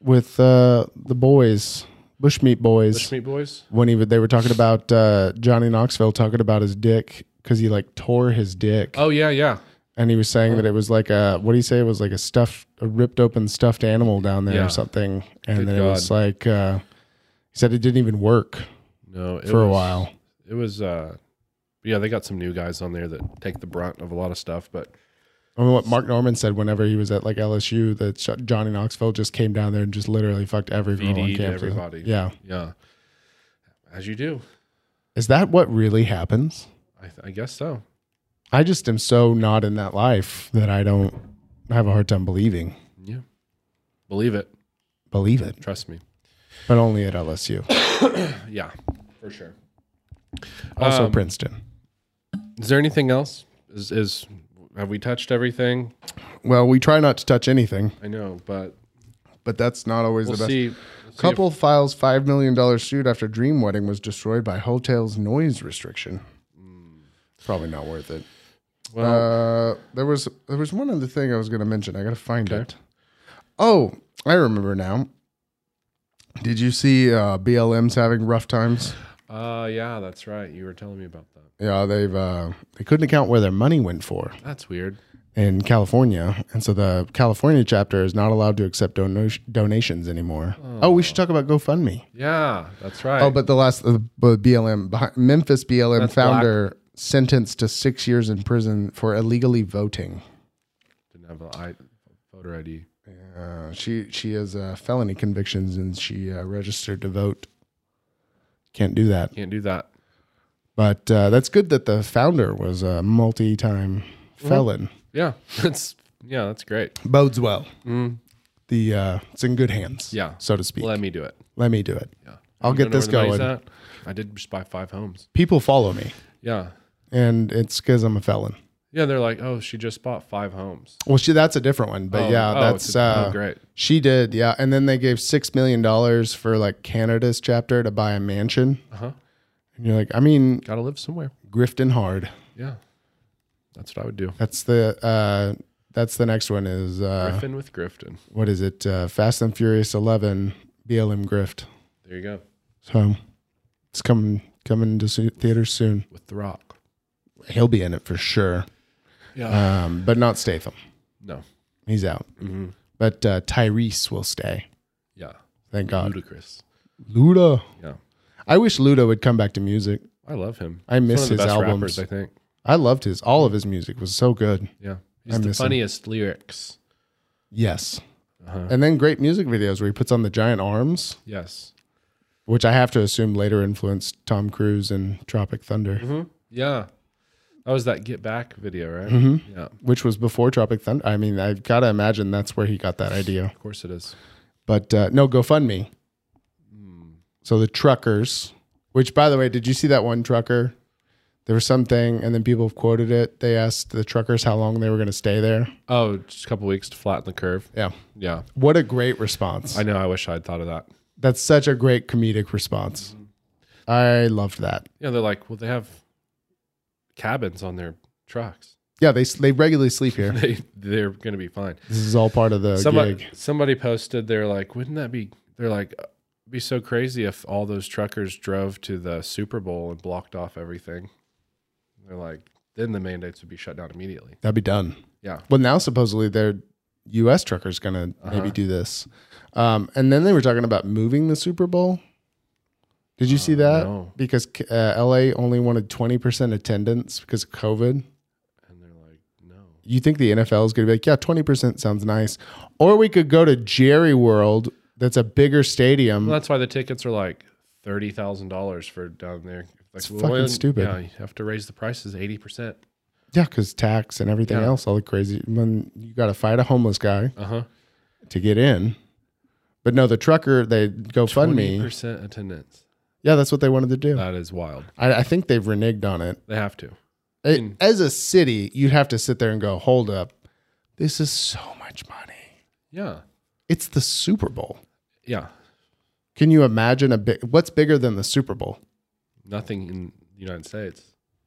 B: with uh, the boys, Bushmeat Boys.
A: Fish Meat Boys.
B: When he they were talking about uh, Johnny Knoxville talking about his dick because he like tore his dick,
A: Oh yeah, yeah.
B: and he was saying that it was like a what do you say? It was like a stuffed, a ripped open stuffed animal down there
A: Yeah.
B: or something, and
A: Good
B: then it was
A: God.
B: like uh, he said it didn't even work
A: No, it
B: for a
A: was-
B: while.
A: It was uh yeah, they got some new guys on there that take the brunt of a lot of stuff, but
B: I mean, what Mark Norman said whenever he was at like LSU that Sh- Johnny Knoxville just came down there and just literally fucked every girl on
A: VD'd
B: campus.
A: everybody.
B: Yeah,
A: yeah. As you do.
B: is that what really happens?
A: I, th- I guess so.
B: I just am so not in that life that I don't I have a hard time believing.
A: Believe it.
B: Believe it,
A: Trust me.
B: but only at LSU.
A: Yeah, for sure.
B: Also
A: Um,
B: Princeton.
A: Is there anything else? Is is have we touched everything?
B: Well, we try not to touch anything,
A: I know, but
B: but that's not always
A: we'll
B: the best.
A: see. we'll see
B: Couple files $5 million suit after Dream Wedding was destroyed by hotel's noise restriction. Probably not worth it.
A: if- Hmm. well,
B: Uh, there was there was one other thing I was going to mention. I got to find it. Oh, I remember now. Did you see uh, BLM's having rough times?
A: uh, yeah, that's right. You were telling me about that.
B: Yeah, they've uh, they couldn't account where their money went for
A: That's weird.
B: in California, and so the California chapter is not allowed to accept dono- donations anymore. Oh. we should talk about GoFundMe.
A: Yeah, that's right.
B: Oh, but the last the BLM behi- Memphis BLM
A: That's
B: founder sentenced to six years in prison for illegally voting.
A: didn't have an I, voter ID.
B: Uh, she she has uh, felony convictions and she uh, registered to vote. Can't do that.
A: Can't do that.
B: But uh, that's good that the founder was a multi-time
A: Mm-hmm.
B: felon.
A: Yeah, that's yeah, that's great.
B: Bodes well. The uh, it's in good hands.
A: Mm-hmm. Yeah.
B: so to speak.
A: Let
B: Let me,
A: me do it.
B: do it.
A: Yeah,
B: I'll
A: You
B: get
A: don't know
B: this
A: where the money's
B: going.
A: at? I did just buy five homes.
B: People follow me,
A: Yeah,
B: and it's because I'm a felon.
A: yeah. They're like, oh, she just bought five homes.
B: Well, she that's a different one, but
A: Oh,
B: yeah,
A: oh,
B: that's
A: it's a-
B: uh,
A: oh, great.
B: She did, yeah, and then they gave six million dollars for like Canada's chapter to buy a mansion.
A: Uh-huh.
B: And you're like, I mean,
A: Got to live somewhere.
B: grifting hard.
A: Yeah, that's what I would do.
B: That's the uh, that's the next one is uh,
A: Griffin with Grifton.
B: what is it? Uh, Fast and Furious Eleven BLM grift.
A: There you go.
B: So it's coming coming to so- theaters soon.
A: With The Rock.
B: He'll be in it for sure,
A: Yeah.
B: um, but not Statham.
A: no.
B: He's out.
A: Mm-hmm.
B: But uh, Tyrese will stay.
A: Yeah.
B: Thank God.
A: Ludicrous.
B: Luda.
A: Yeah.
B: I wish Luda would come back to music.
A: I love him.
B: I miss
A: He's one of the
B: his
A: best
B: albums.
A: rappers, I think.
B: I loved his. All of his music was so good.
A: Yeah.
B: I
A: He's the
B: miss him.
A: funniest lyrics.
B: Yes. And then great music videos where he puts on the giant arms.
A: Yes.
B: which I have to assume later influenced Tom Cruise and Tropic Thunder,
A: Yeah. That was that Get Back video, right?
B: Mm-hmm.
A: Yeah. Of
B: which was before Tropic Thunder. I mean, I've got to imagine that's where he got that idea.
A: course it is.
B: But uh, no, GoFundMe. So the truckers, which by the way, did you see that one trucker? There was something, and then people have quoted it. They asked the truckers how long they were going to stay there.
A: Oh, just a couple weeks to flatten the curve.
B: Yeah.
A: Yeah.
B: What a great response.
A: I know. I wish I'd thought of that.
B: That's such a great comedic response. I loved that.
A: Yeah. They're like, well, they have cabins on their trucks.
B: Yeah, they, s- they regularly sleep here.
A: They, they're going to be fine.
B: This is all part of the
A: somebody
B: gig.
A: somebody posted they're like wouldn't that be they're like "Uh, be so crazy if all those truckers drove to the super bowl and blocked off everything they're like then the mandates would be shut down immediately
B: That'd be done.
A: yeah
B: Well, now supposedly their U.S. trucker's going
A: Uh-huh.
B: to maybe do this. Um, and then they were talking about moving the Super Bowl. Did you see that?
A: Oh, no.
B: Because uh, L.A. only wanted 20% attendance because of COVID.
A: and they're like no
B: You think the NFL is going to be like, yeah, 20% sounds nice. Or we could go to Jerry World. That's a bigger stadium.
A: well that's why the tickets are like $30000 for down there like,
B: It's fucking stupid.
A: yeah you have to raise the prices 80%
B: yeah, because tax and everything
A: Yeah.
B: else, all the crazy. When you got to fight a homeless guy
A: uh-huh
B: to get in. But no, the trucker, they go fund me.
A: 20% attendance
B: Yeah, that's what they wanted to do.
A: that is wild
B: I, I think they've reneged on it.
A: they have to
B: It- as a city, you'd have to sit there and go, hold up, this is so much money.
A: yeah
B: It's the Super Bowl.
A: yeah
B: Can you imagine a big? What's bigger than the Super Bowl?
A: nothing in the united states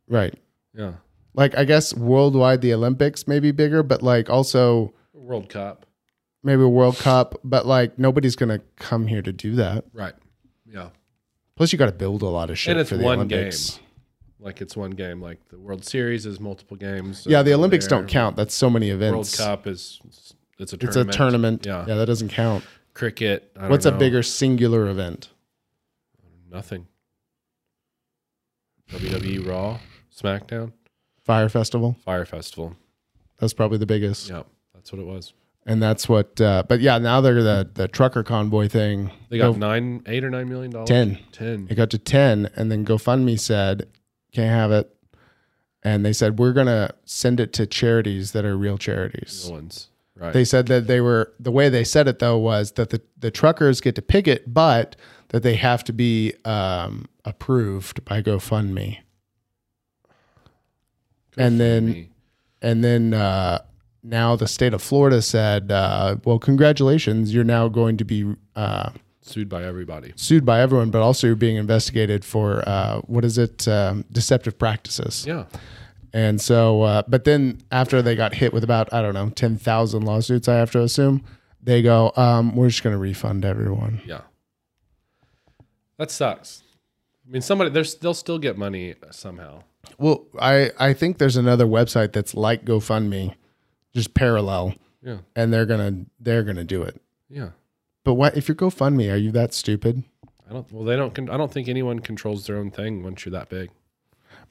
B: Right.
A: yeah
B: Like I guess worldwide, the Olympics may be bigger, but like also
A: world cup
B: maybe a World Cup. But like nobody's gonna come here to do that.
A: right yeah
B: Plus, you got to build a lot of shit
A: And it's
B: for the
A: one
B: Olympics.
A: game. like it's one game. Like the World Series is multiple games.
B: Yeah, the Olympics
A: There.
B: don't count. That's so many
A: World
B: events.
A: Cup is it's a
B: It's
A: tournament.
B: a tournament.
A: Yeah,
B: yeah, that doesn't count.
A: cricket. I don't
B: What's
A: know.
B: a bigger singular event?
A: nothing? WWE Raw, SmackDown,
B: Fire Festival.
A: Fire Festival.
B: That's probably the biggest.
A: Yeah, that's what it was.
B: and that's what. Uh, but yeah, now they're the the trucker convoy thing.
A: They got
B: Go-
A: nine, eight or nine million dollars.
B: Ten.
A: Ten.
B: it got to ten, and then GoFundMe said can't have it. and they said we're going to send it to charities that are real charities.
A: ones, right?
B: They said that they were the way they said it though was that the the truckers get to pick it, but that they have to be um, approved by GoFundMe. and then
A: GoFundMe.
B: and then uh, now the state of Florida said, uh, well, congratulations, you're now going to be uh,
A: sued by everybody.
B: sued by everyone, but also you're being investigated for uh, what is it, um, deceptive practices.
A: Yeah,
B: And so, uh, but then after they got hit with about, I don't know, 10,000 lawsuits, I have to assume, they go, um, we're just going to refund everyone.
A: yeah. That sucks. I mean, somebody there's they'll still get money somehow.
B: Well, I, I think there's another website that's like GoFundMe, just parallel,
A: Yeah,
B: and they're going to, they're going to do it.
A: yeah.
B: But what, if you're GoFundMe, are you that stupid?
A: I don't. Well, they don't. Con- I don't think anyone controls their own thing once you're that big.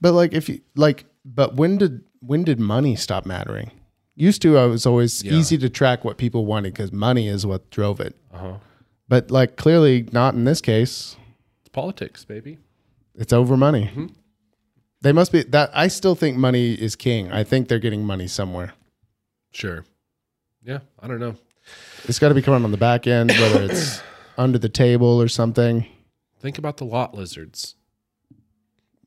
B: But like, if you like, but when did, when did money stop mattering? Used to, I was always
A: Yeah.
B: easy to track what people wanted because money is what drove it.
A: Uh huh.
B: But like, clearly not in this case.
A: It's politics, baby.
B: It's over money.
A: Mm-hmm.
B: They must be that. I still think money is king. I think they're getting money somewhere.
A: Sure. Yeah, I don't know.
B: It's got to be coming on the back end, whether it's under the table or something.
A: Think about the lot lizards.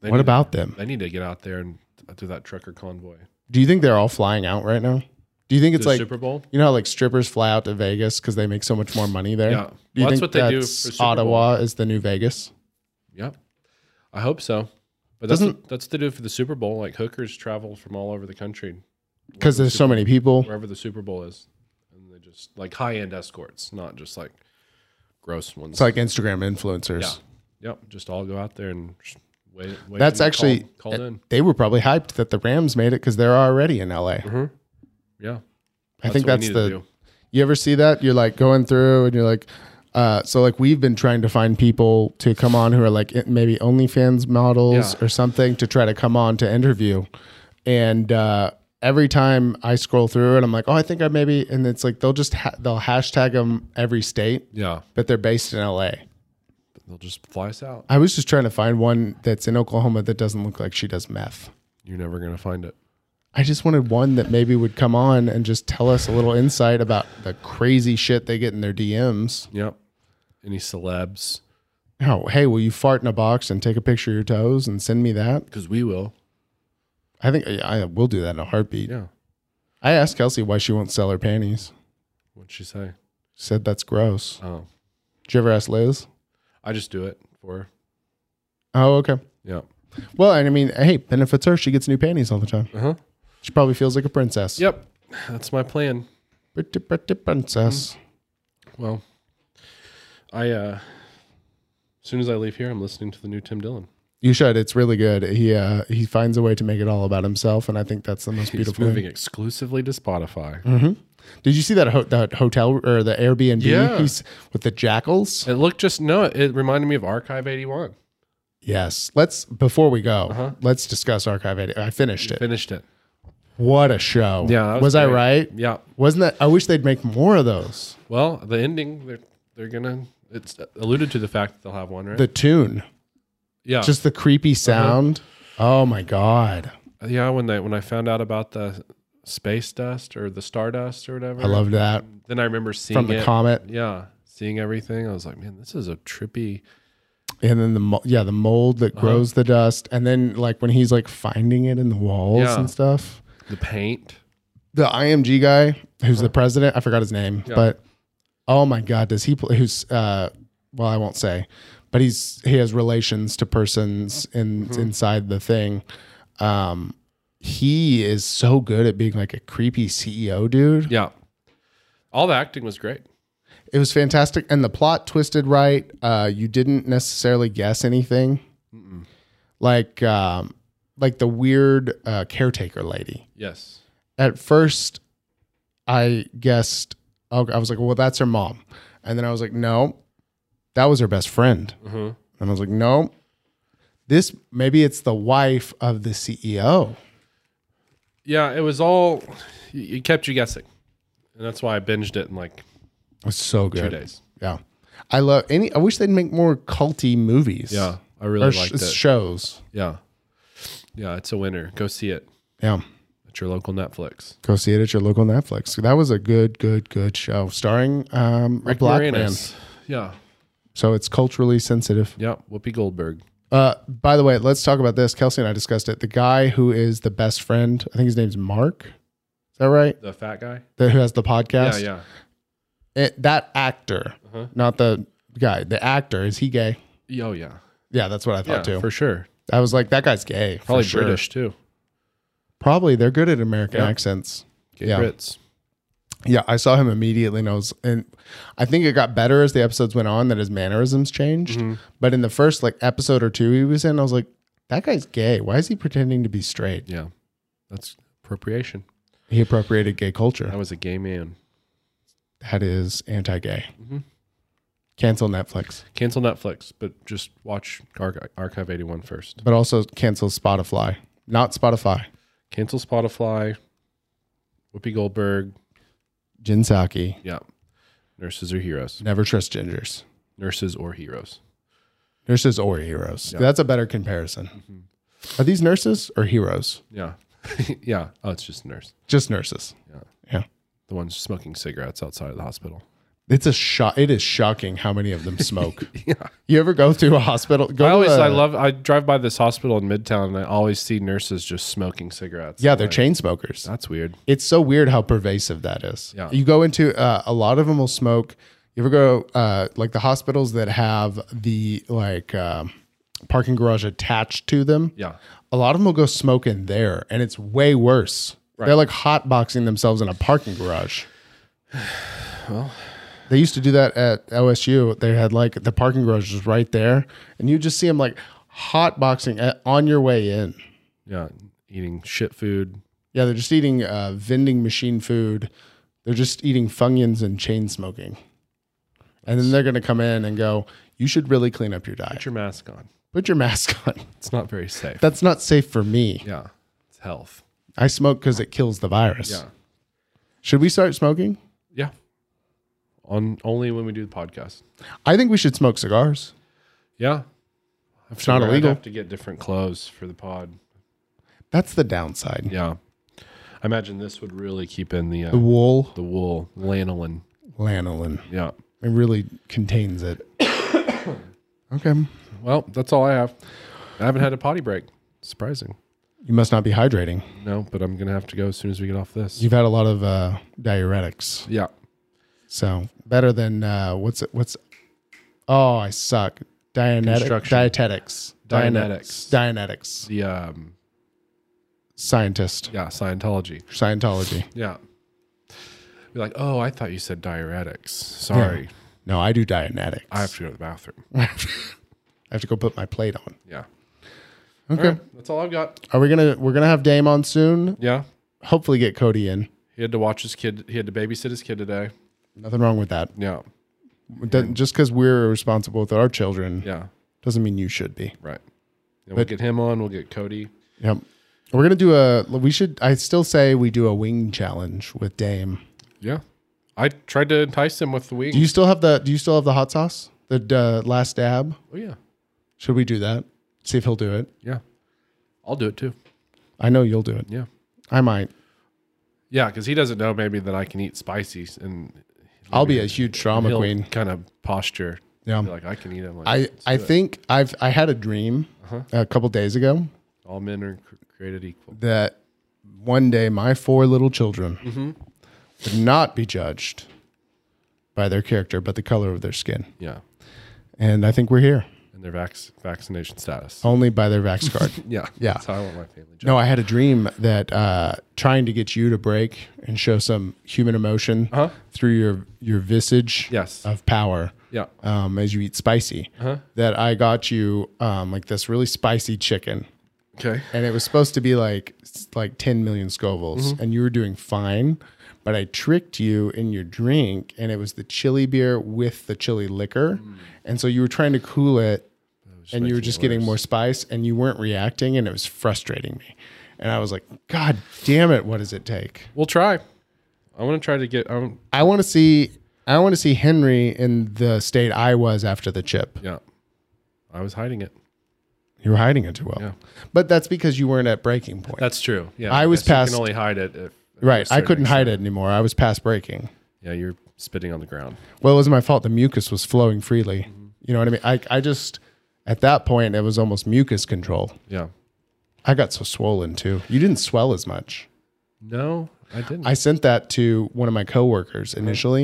A: They
B: what
A: need-
B: about them?
A: They need to get out there and do that trucker convoy.
B: Do you think they're all flying out right now? Do you think it's
A: the
B: like
A: Super Bowl.
B: you know how like strippers fly out to Vegas because they make so much more money there?
A: Yeah.
B: Do you
A: Well, that's
B: think
A: what they do
B: that's
A: for Super Bowl.
B: Ottawa is the new Vegas.
A: Yep. I hope so. But that's
B: Doesn't-
A: what, that's what they do for the Super Bowl. Like hookers travel from all over the country,
B: Because there's so many people.
A: wherever the Super Bowl is, and they just like high end escorts, not just like gross ones.
B: It's like Instagram influencers.
A: yeah, yep. Just all go out there and sh- wait. wait
B: That's
A: and
B: actually
A: call, called in.
B: They were probably hyped that the Rams made it because they're already in LA.
A: Yeah,
B: I
A: Mm-hmm. what
B: think
A: we
B: that's
A: need
B: the
A: to do.
B: You ever see that? You're like going through and you're like, uh, so like we've been trying to find people to come on who are like it- maybe OnlyFans models
A: Yeah.
B: or something to try to come on to interview. And uh, every time I scroll through it, I'm like, oh, I think I maybe, and it's like they'll just ha- they'll hashtag them every state,
A: yeah.
B: but they're based in LA.
A: They'll just fly us out.
B: I was just trying to find one that's in Oklahoma that doesn't look like she does meth.
A: You're never gonna find it.
B: I just wanted one that maybe would come on and just tell us a little insight about the crazy shit they get in their DMs.
A: Yep. Any celebs?
B: Oh, hey, will you fart in a box and take a picture of your toes and send me that?
A: Because we will.
B: I think I, I will do that in a heartbeat.
A: Yeah.
B: I asked Kelsey why she won't sell her panties.
A: What'd she say?
B: She said that's gross.
A: Oh,
B: Did you ever ask Liz?
A: I just do it for. her.
B: Oh, okay.
A: Yeah.
B: Well, and I mean, hey, benefits her. She gets new panties all the time.
A: Uh-huh.
B: She probably feels like a princess.
A: Yep. That's my plan.
B: Pretty, pretty princess.
A: Well, I uh as soon as I leave here, I'm listening to the new Tim Dillon.
B: You should. It's really good. He uh, he finds a way to make it all about himself, and I think that's the most
A: He's
B: beautiful.
A: moving
B: thing.
A: exclusively to Spotify.
B: Did you see that ho- that hotel or the Airbnb?
A: Yeah.
B: He's with the jackals.
A: It looked just no, it reminded me of Archive 81.
B: Yes. Let's before we go,
A: Uh-huh.
B: let's discuss archive. 80. I finished it.
A: Finished it.
B: What a show!
A: Yeah, that
B: was,
A: was
B: I
A: great.
B: right?
A: Yeah.
B: Wasn't that? I wish they'd make more of those.
A: Well, the ending they're they're gonna it's alluded to the fact that they'll have one, right?
B: The tune,
A: yeah.
B: just the creepy
A: Uh-huh.
B: sound. Oh my god,
A: yeah, when they when I found out about the space dust or the stardust or whatever.
B: I loved that
A: then I remember seeing
B: from the
A: it.
B: comet,
A: Yeah. Seeing everything. I was like, man, this is a trippy
B: and then the mo- yeah the mold
A: Uh-huh.
B: that grows the dust, and then like when he's like finding it in the walls
A: Yeah.
B: and stuff.
A: the paint.
B: The IMG guy who's the president, I forgot his name, but oh my god, does he play? Who's uh, well, I won't say, but he's he has relations to persons in inside the thing. Um, he is so good at being like a creepy CEO dude.
A: Yeah. All the acting was great.
B: It was fantastic, and the plot twisted right. Uh, you didn't necessarily guess anything, like um, like the weird uh, caretaker lady.
A: Yes.
B: at first I guessed oh, I was like, well, that's her mom. And then I was like, no, that was her best friend.
A: Mm-hmm.
B: And I was like, no, this maybe it's the wife of the E CEO.
A: Yeah, it was all it kept you guessing. And that's why I binged it in like
B: It's so
A: two
B: good.
A: days.
B: Yeah. I love any I wish they'd make more culty movies.
A: Yeah. I
B: Or
A: really
B: sh-
A: liked it.
B: shows.
A: Yeah. Yeah, it's a winner. Go see it
B: Yeah.
A: at your local Netflix.
B: Go see it at your local Netflix. That was a good, good, good show starring um, a black man.
A: Moranis. Yeah.
B: So it's culturally sensitive.
A: Yeah. Whoopi Goldberg.
B: Uh, by the way, let's talk about this. Kelsey and I discussed it. The guy who is the best friend, I think his name's Mark. Is that right?
A: The fat guy.
B: That who has the podcast?
A: Yeah, yeah. Uh-huh.
B: It- that actor, not the guy. The actor is he gay?
A: Yeah, Oh yeah.
B: Yeah, that's what I
A: Yeah,
B: thought too.
A: for sure.
B: I was like, that guy's gay. for
A: Probably
B: sure.
A: British too.
B: Probably they're good at American
A: Yeah.
B: accents.
A: Gay
B: Yeah.
A: Brits.
B: Yeah, I saw him immediately, and I was, and I think it got better as the episodes went on that his mannerisms changed.
A: Mm-hmm.
B: But in the first like episode or two he was in, I was like, that guy's gay. Why is he pretending to be straight?
A: Yeah. That's appropriation.
B: He appropriated gay culture.
A: That was a gay man.
B: that is anti-gay.
A: Mm-hmm.
B: Cancel Netflix,
A: Cancel Netflix, but just watch Arch- Archive 81 first.
B: but also cancel Spotify. Not Spotify.
A: Cancel Spotify, Whoopi Goldberg.
B: Jin Saki.
A: Yeah. Nurses or heroes.
B: Never trust gingers.
A: Nurses or heroes.
B: Nurses or heroes. That's a better comparison.
A: Mm-hmm.
B: Are these nurses or heroes?
A: Yeah. yeah. Oh, it's just a nurse.
B: Just nurses. Yeah. Yeah.
A: The ones smoking cigarettes outside of the hospital.
B: It's a shock. It is shocking how many of them smoke. yeah. You ever go to a hospital? Go
A: I
B: to
A: always,
B: a-
A: I love, I drive by this hospital in Midtown and I always see nurses just smoking cigarettes.
B: Yeah, they're chain smokers.
A: That's weird.
B: It's so weird how pervasive that is.
A: Yeah.
B: You go into uh, a lot of them will smoke. You ever go uh, like the hospitals that have the like um, parking garage attached to them?
A: Yeah.
B: a lot of them will go smoke in there, and it's way worse. They're like hotboxing themselves in a parking garage. Well, they used to do that at OSU. They had like the parking garage was right there, and you just see them like hotboxing at, on your way in.
A: Yeah. Eating shit food.
B: Yeah, they're just eating uh, vending machine food. They're just eating Funyuns and chain smoking, and then they're gonna come in and go. You should really clean up your diet.
A: Put your mask on.
B: Put your mask on.
A: It's not very safe.
B: That's not safe for me.
A: yeah. It's health.
B: I smoke because it kills the virus.
A: Yeah.
B: Should we start smoking?
A: Yeah. On only when we do the podcast.
B: I think we should smoke cigars.
A: Yeah.
B: It's not
A: I'd
B: illegal.
A: have to get different clothes for the pod.
B: That's the downside.
A: Yeah. I imagine this would really keep in the
B: The
A: uh,
B: wool
A: the wool lanolin.
B: lanolin.
A: Yeah.
B: It really contains it. okay.
A: Well, that's all I have. I haven't had a potty break. Surprising.
B: You must not be hydrating.
A: No, but I'm gonna have to go as soon as we get off this.
B: You've had a lot of uh, diuretics.
A: yeah.
B: So better than uh, what's it? What's oh, I suck. Dianetic,
A: Construction.
B: dietetics.
A: Dianetics.
B: Dianetics.
A: The um
B: Scientist.
A: yeah, Scientology.
B: Scientology.
A: Yeah. You're like, oh, I thought you said diuretics. Sorry.
B: No, I do Dianetics.
A: I have to go to the bathroom.
B: I have to go put my plate on.
A: Yeah.
B: Okay.
A: That's all I've got.
B: Are we gonna we're gonna have Dame on soon?
A: Yeah.
B: Hopefully get Cody in.
A: He had to watch his kid he had to babysit his kid today.
B: Nothing wrong with that.
A: Yeah.
B: Doesn't- just because we're responsible with our children
A: Yeah.
B: doesn't mean you should be.
A: Right. And we'll get him on, we'll get Cody.
B: Yep. We're gonna do a. We should. I still say we do a wing challenge with Dame.
A: Yeah. I tried to entice him with the wings.
B: Do you still have the? Do you still have the hot sauce? The uh, last dab.
A: oh yeah.
B: Should we do that? See if he'll do it.
A: Yeah. I'll do it too.
B: I know you'll do it.
A: Yeah.
B: I might.
A: Yeah, because he doesn't know maybe that I can eat spicy and
B: I'll be a huge drama
A: he'll
B: queen.
A: kind of posture.
B: Yeah. um,
A: Be like I can eat them. Like,
B: I
A: let's
B: I
A: do it. Uh-huh.
B: think I've I had a dream a couple days ago
A: all men are cr- created equal.
B: that one day my four little children
A: Mm-hmm.
B: would not be judged by their character, but the color of their skin.
A: Yeah,
B: And I think we're here
A: and their vax vaccination status.
B: only by their vax card.
A: Yeah,
B: Oh, Yeah.
A: That's how I want my family. Judged.
B: no, I had a dream that uh, trying to get you to break and show some human emotion through your your visage
A: Uh-huh. Yes.
B: of power.
A: Yeah. Uh-huh.
B: Um, as you eat spicy, that I got you um, like this really spicy chicken,
A: Okay.
B: and it was supposed to be like s- like ten million scovilles,
A: Mm-hmm.
B: and you were doing fine, but I tricked you in your drink, and it was the chili beer with the chili liquor,
A: Mm.
B: and so you were trying to cool it and you were just getting more spice and you weren't reacting and it was frustrating me and i was like god damn it what does it take
A: We'll try. I want to try to get. Um,
B: i want to see i want to see henry in the state i was after the chip
A: yeah. I was hiding it.
B: yeah, You were hiding it too well.
A: Yeah.
B: But that's because you weren't at breaking point.
A: That's true. Yeah,
B: I was
A: guess you
B: past-
A: can only hide it. If,
B: right. I couldn't hide
A: it.
B: it anymore. I was past breaking.
A: Yeah, you're spitting on the ground.
B: Well, it wasn't my fault. The mucus was flowing freely.
A: Mm-hmm.
B: You know what I mean? I, I just, at that point, it was almost mucus control.
A: Yeah.
B: I got so swollen too. You didn't swell as much.
A: No, I didn't.
B: I sent that to one of my coworkers initially.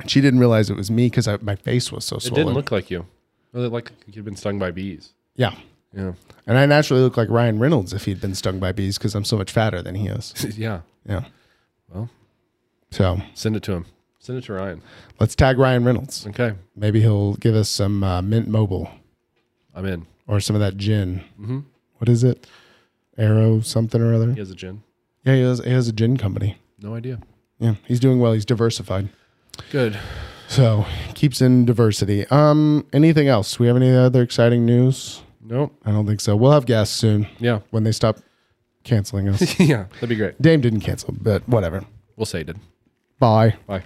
B: and She didn't realize it was me because my face was so
A: it
B: swollen.
A: didn't look like you. It looked like you'd been stung by bees.
B: yeah.
A: Yeah.
B: And I naturally look like Ryan Reynolds if he'd been stung by bees because I'm so much fatter than he is.
A: yeah.
B: Yeah.
A: Well.
B: so
A: Send it to him. Send it to Ryan.
B: let's tag Ryan Reynolds.
A: Okay.
B: Maybe he'll give us some uh, Mint Mobile
A: I'm in.
B: or some of that gin.
A: Mm-hmm.
B: What is it? Arrow something or other.
A: He has a gin.
B: Yeah, he has, he has a gin company.
A: No idea.
B: Yeah, he's doing well. He's diversified.
A: Good.
B: So keeps in diversity. Um, anything else? We have any other exciting news?
A: Nope.
B: I don't think so. We'll have guests soon
A: Yeah.
B: when they stop canceling us.
A: yeah. That'd be great.
B: Dame didn't cancel, but whatever.
A: We'll say it did.
B: Bye.
A: Bye.